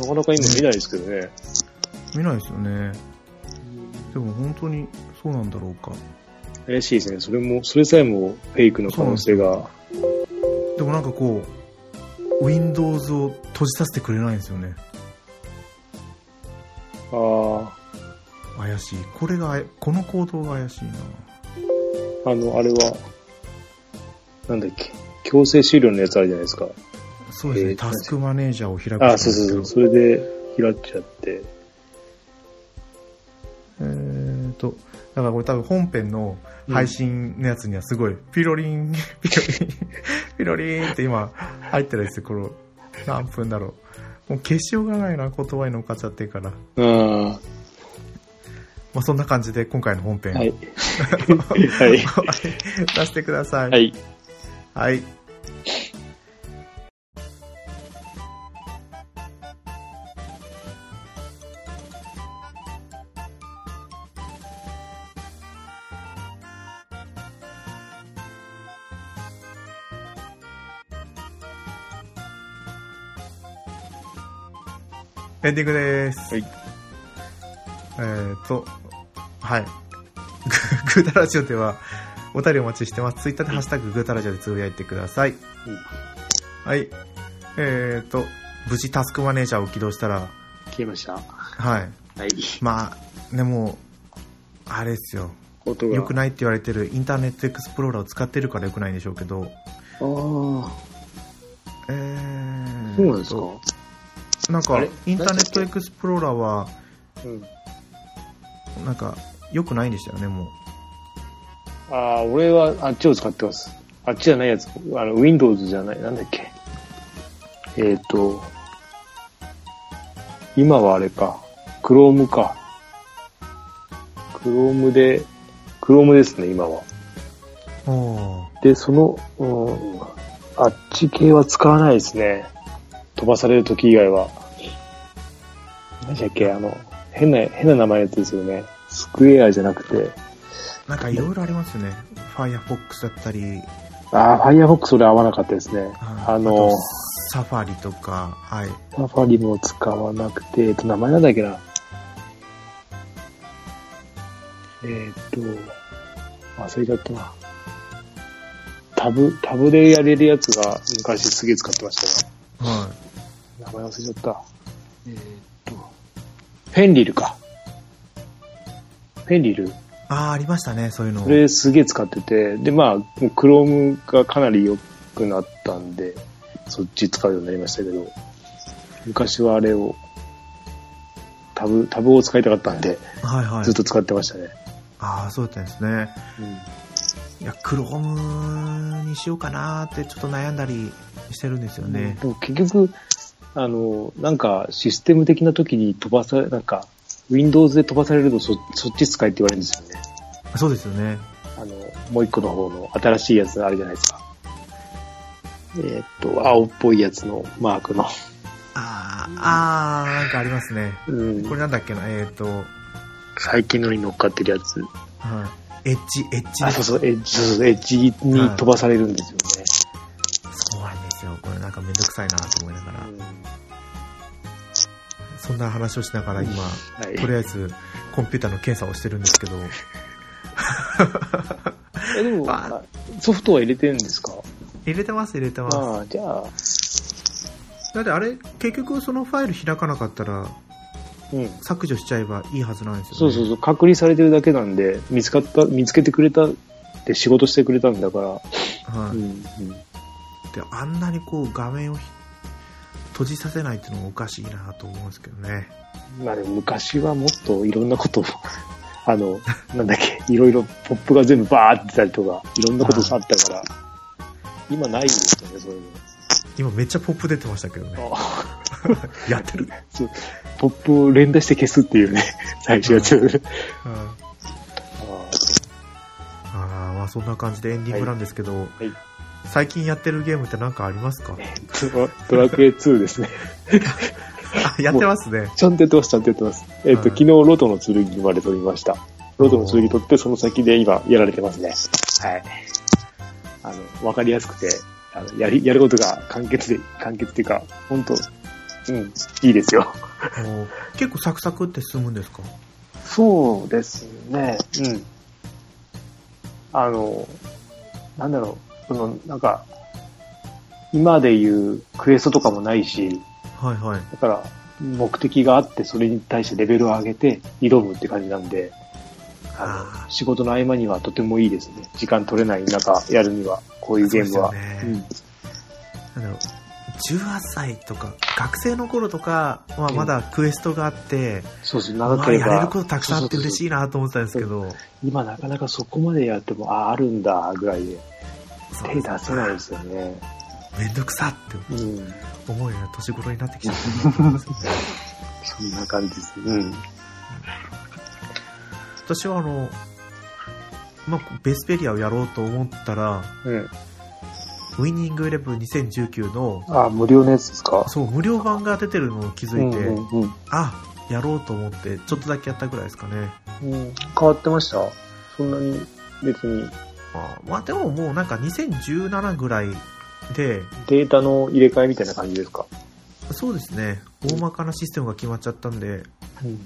なかなか今見ないですけどね。しいな見ないですよね。でも本当にそうなんだろうか。怪しいですね。それも、それさえもフェイクの可能性が。でもなんかこう、Windows を閉じさせてくれないんですよね。あ怪しい。これがあや、この行動が怪しいなあ、あの、あれは、なんだっけ、強制終了のやつあるじゃないですか。そうですね、えータスクマネージャーを開くああ、そうそうそう。それで開いちゃって。えーと、だからこれ多分本編の配信のやつにはすごい、ピロリ ン、ピロリン、ピロリンって今入ってるんですよ、この、何分だろう。もう消しようがないな、言葉に乗っかっちゃってるから。うん。はまあそんな感じで今回の本編、い。はい。 出してください。はい。はい。エンディングです。はいえーと、はい。グータラジオでは、お便りお待ちしてます。ツイッターでハッシュタググータラジオでつぶやいてください。はい。えーと、無事タスクマネージャーを起動したら、消えました。ははい。い。まあ、でも、あれですよ。 音が。良くい。ないって言われてるインターネットエクスプローラーを使ってるから良くないんでしょうけど、ああ、そえー、うなんですか。なんあかれ、インターネットエクスプローラーは、うん。なんか、良くないんでしたよね、もう。ああ、俺はあっちを使ってます。あっちじゃないやつ。あの、Windows じゃない。なんだっけ。えっ、ー、と、今はあれか。Chrome か。Chrome で、Chrome ですね、今は。あで、その、うん、あっち系は使わないですね。飛ばされる時以外は。何でしたっけあの、変な、変な名前のやつですよね。スクエアじゃなくて。あ。なんかいろいろありますよね。Firefox だったり、ああ、Firefox 俺合わなかったですね。あああのと、サファリとか、はい。サファリも使わなくて、えっと、名前なんだっけな。えーっと、忘れちゃったな。タブ、タブでやれるやつが昔すげえ使ってましたよ。は名前忘れちゃった。えーっと、フェンリルか。フェンリルい。ああ、ありましたね、そういうの。これすげえ使ってて、で、まあ、もう Chrome がかなり良くなったんで、そっち使うようになりましたけど、昔はあれを、タブ、タブを使いたかったんで、はいはいずっ。と使ってましたね。ああ、そうだったんですね。うんいや、Chrome にしようかなーってちょっと悩んだりしてるんですよね。でも結局、あの、なんかシステム的な時に飛ばされ、なんか、Windows で飛ばされるとそそっち使えって言われるんですよね。そうですよね。あの、もう一個の方の新しいやつあるじゃないですか。えーっと、青っぽいやつのマークの。あーあー、なんかありますね。うんこれなんだっけな、えっ、ー、と、最近のに乗っかってるやつ。はい。エッジ、エッジあ、でそす。うそう、エッジ、そうそうエッジに飛ばされるんですよね。そうなんですよ。これなんかめんどくさいなと思いながら。そんな話をしながら今、はい。とりあえずコンピューターの検査をしてるんですけ ど、え、でも、あソフトは入れてるんですか入れてます、入れてます。ああ、じゃあ、だってあれ、結局そのファイル開かなかったらうん。削除しちゃえばいいはずなんですよね。そうそうそう、隔離されてるだけなんで、見つかった、見つけてくれたって仕事してくれたんだかはら、い。うん、うん。であんなにこう画面をひ閉じさせないっていうのもおかしいなと思うんですけどねまあでも昔はもっといろんなことを、 あの、なんだっけ、いろいろポップが全部バーって出たりとか、いろんなことあったから、今ないですよね、そういうの。今めっちゃポップ出てましたけどねやってる、そうポップを連打して消すっていうね、 最初やってる。あああまあそんな感じでエンディングなんですけど、い最近やってるゲームって何かありますかードラドラクエ2ですね。あやってますね ちゃんとやってます、ちゃんとやってます。えっ、はと、い昨日、ロトの剣まで取りました。ロトの剣取って、その先で今、やられてますね。はい。あの、わかりやすくて、あの、やり、やることが簡潔で、簡潔っていうか、本当うん、いいですよ。もう結構サクサクって進むんですかそうですね。うん。あの、なんだろう、その、なんか、今でいうクエストとかもないし、はいはいだから、目的があって、それに対してレベルを上げて、挑むって感じなんで、ああーの、仕事の合間にはとてもいいですね。時間取れない中、やるには、こういうゲームは。そうですうよねんなんだろう18歳とか学生の頃とかはまだクエストがあって、そうそう、ま長あ、けれやば。れることたくさんあってそうそう嬉そしういなと思ってたんですけど今なかなかそこまでやっても、ああ、あるんだ、ぐらいで、そう手出せないですよね。めんどくさってうん。思うような年頃になって きちゃったなと思いますよねそんな感じです。うん。私はあの、まあ、ベスペリアをやろうと思ったら、うん。ウィニングイレブン2019の、ああ、無料のやつですかそう、無料版が出てるのを気づいて、うんうんあ、やろうと思って、ちょっとだけやったぐらいですかね。うん、うん変わってましたそんなに、別に。あまあ、でももうなんか2017ぐらいで、データの入れ替えみたいな感じですかそうですね、大まかなシステムが決まっちゃったんで、うん。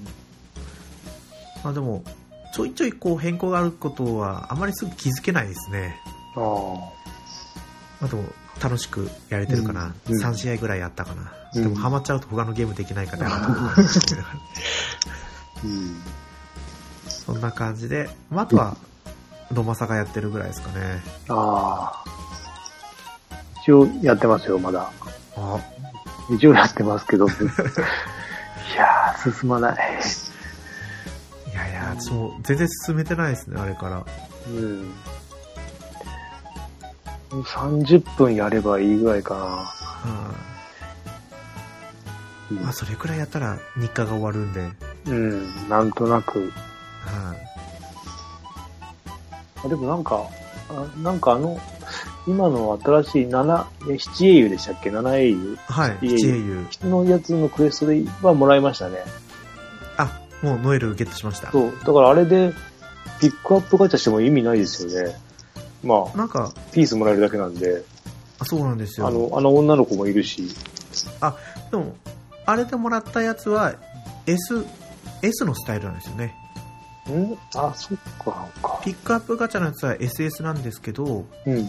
まあでも、ちょいちょいこう変更があることは、あまりすぐ気づけないですね。ああ。まあでも、楽しくやれてるかな。うんうん3試合ぐらいやったかな。うんでも、ハマっちゃうと他のゲームできないからやらないうん。 そんな感じで、まあ、あとは、ロマサがやってるぐらいですかね。ああ。一応やってますよ、まだ。あ、一応やって ますけど。いやー、進まない。いやいや、そう、全然進めてないですね、あれから。うん。30分やればいいぐらいかはな。い。まあ、それくらいやったら日課が終わるんで、はい。うん、なんとなく。あでもなんか、あなんかあの、今の新しい7、え7英雄でしたっけ ?7 英雄はい、いえいえ七英雄。のやつのクエストではもらいましたね。あ、もうノエルゲットしました。そう。だからあれで、ピックアップガチャしても意味ないですよね。まあ、なんか、ピースもらえるだけなんで、あそうなんですあよ。の、あの女の子もいるし、でも、あれでもらったやつは、S、S のスタイルなんですよね。んあ、そっか、そっか。ピックアップガチャのやつは SS なんですけど、うん。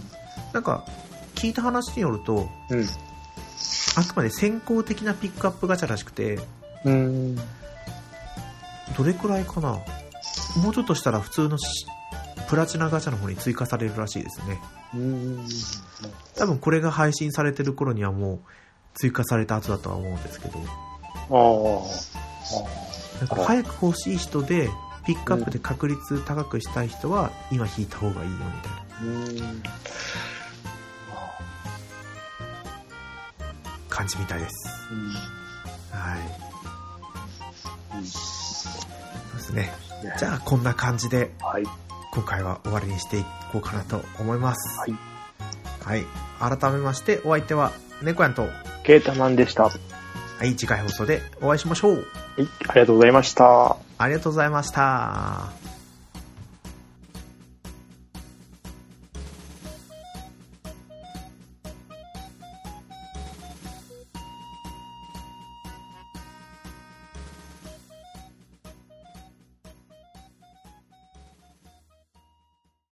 なんか、聞いた話によると、うん。あくまで先行的なピックアップガチャらしくて、うん。どれくらいかなもうちょっとしたら普通のしプラチナガチャの方に追加されるらしいですね。うん。多分これが配信されてる頃にはもう追加された後だとは思うんですけど、ああ。なんか早く欲しい人で、ピックアップで確率高くしたい人は今引いた方がいいよみたいなうん。感じみたいです。はい。そうですね。じゃあこんな感じではい。今回は終わりにしていこうかなと思います。はい。はい。改めましてお相手は猫やんと、はケータマンでした。はい。い、次回放送でお会いしましょう。ありがとうございました。ありがとうございました。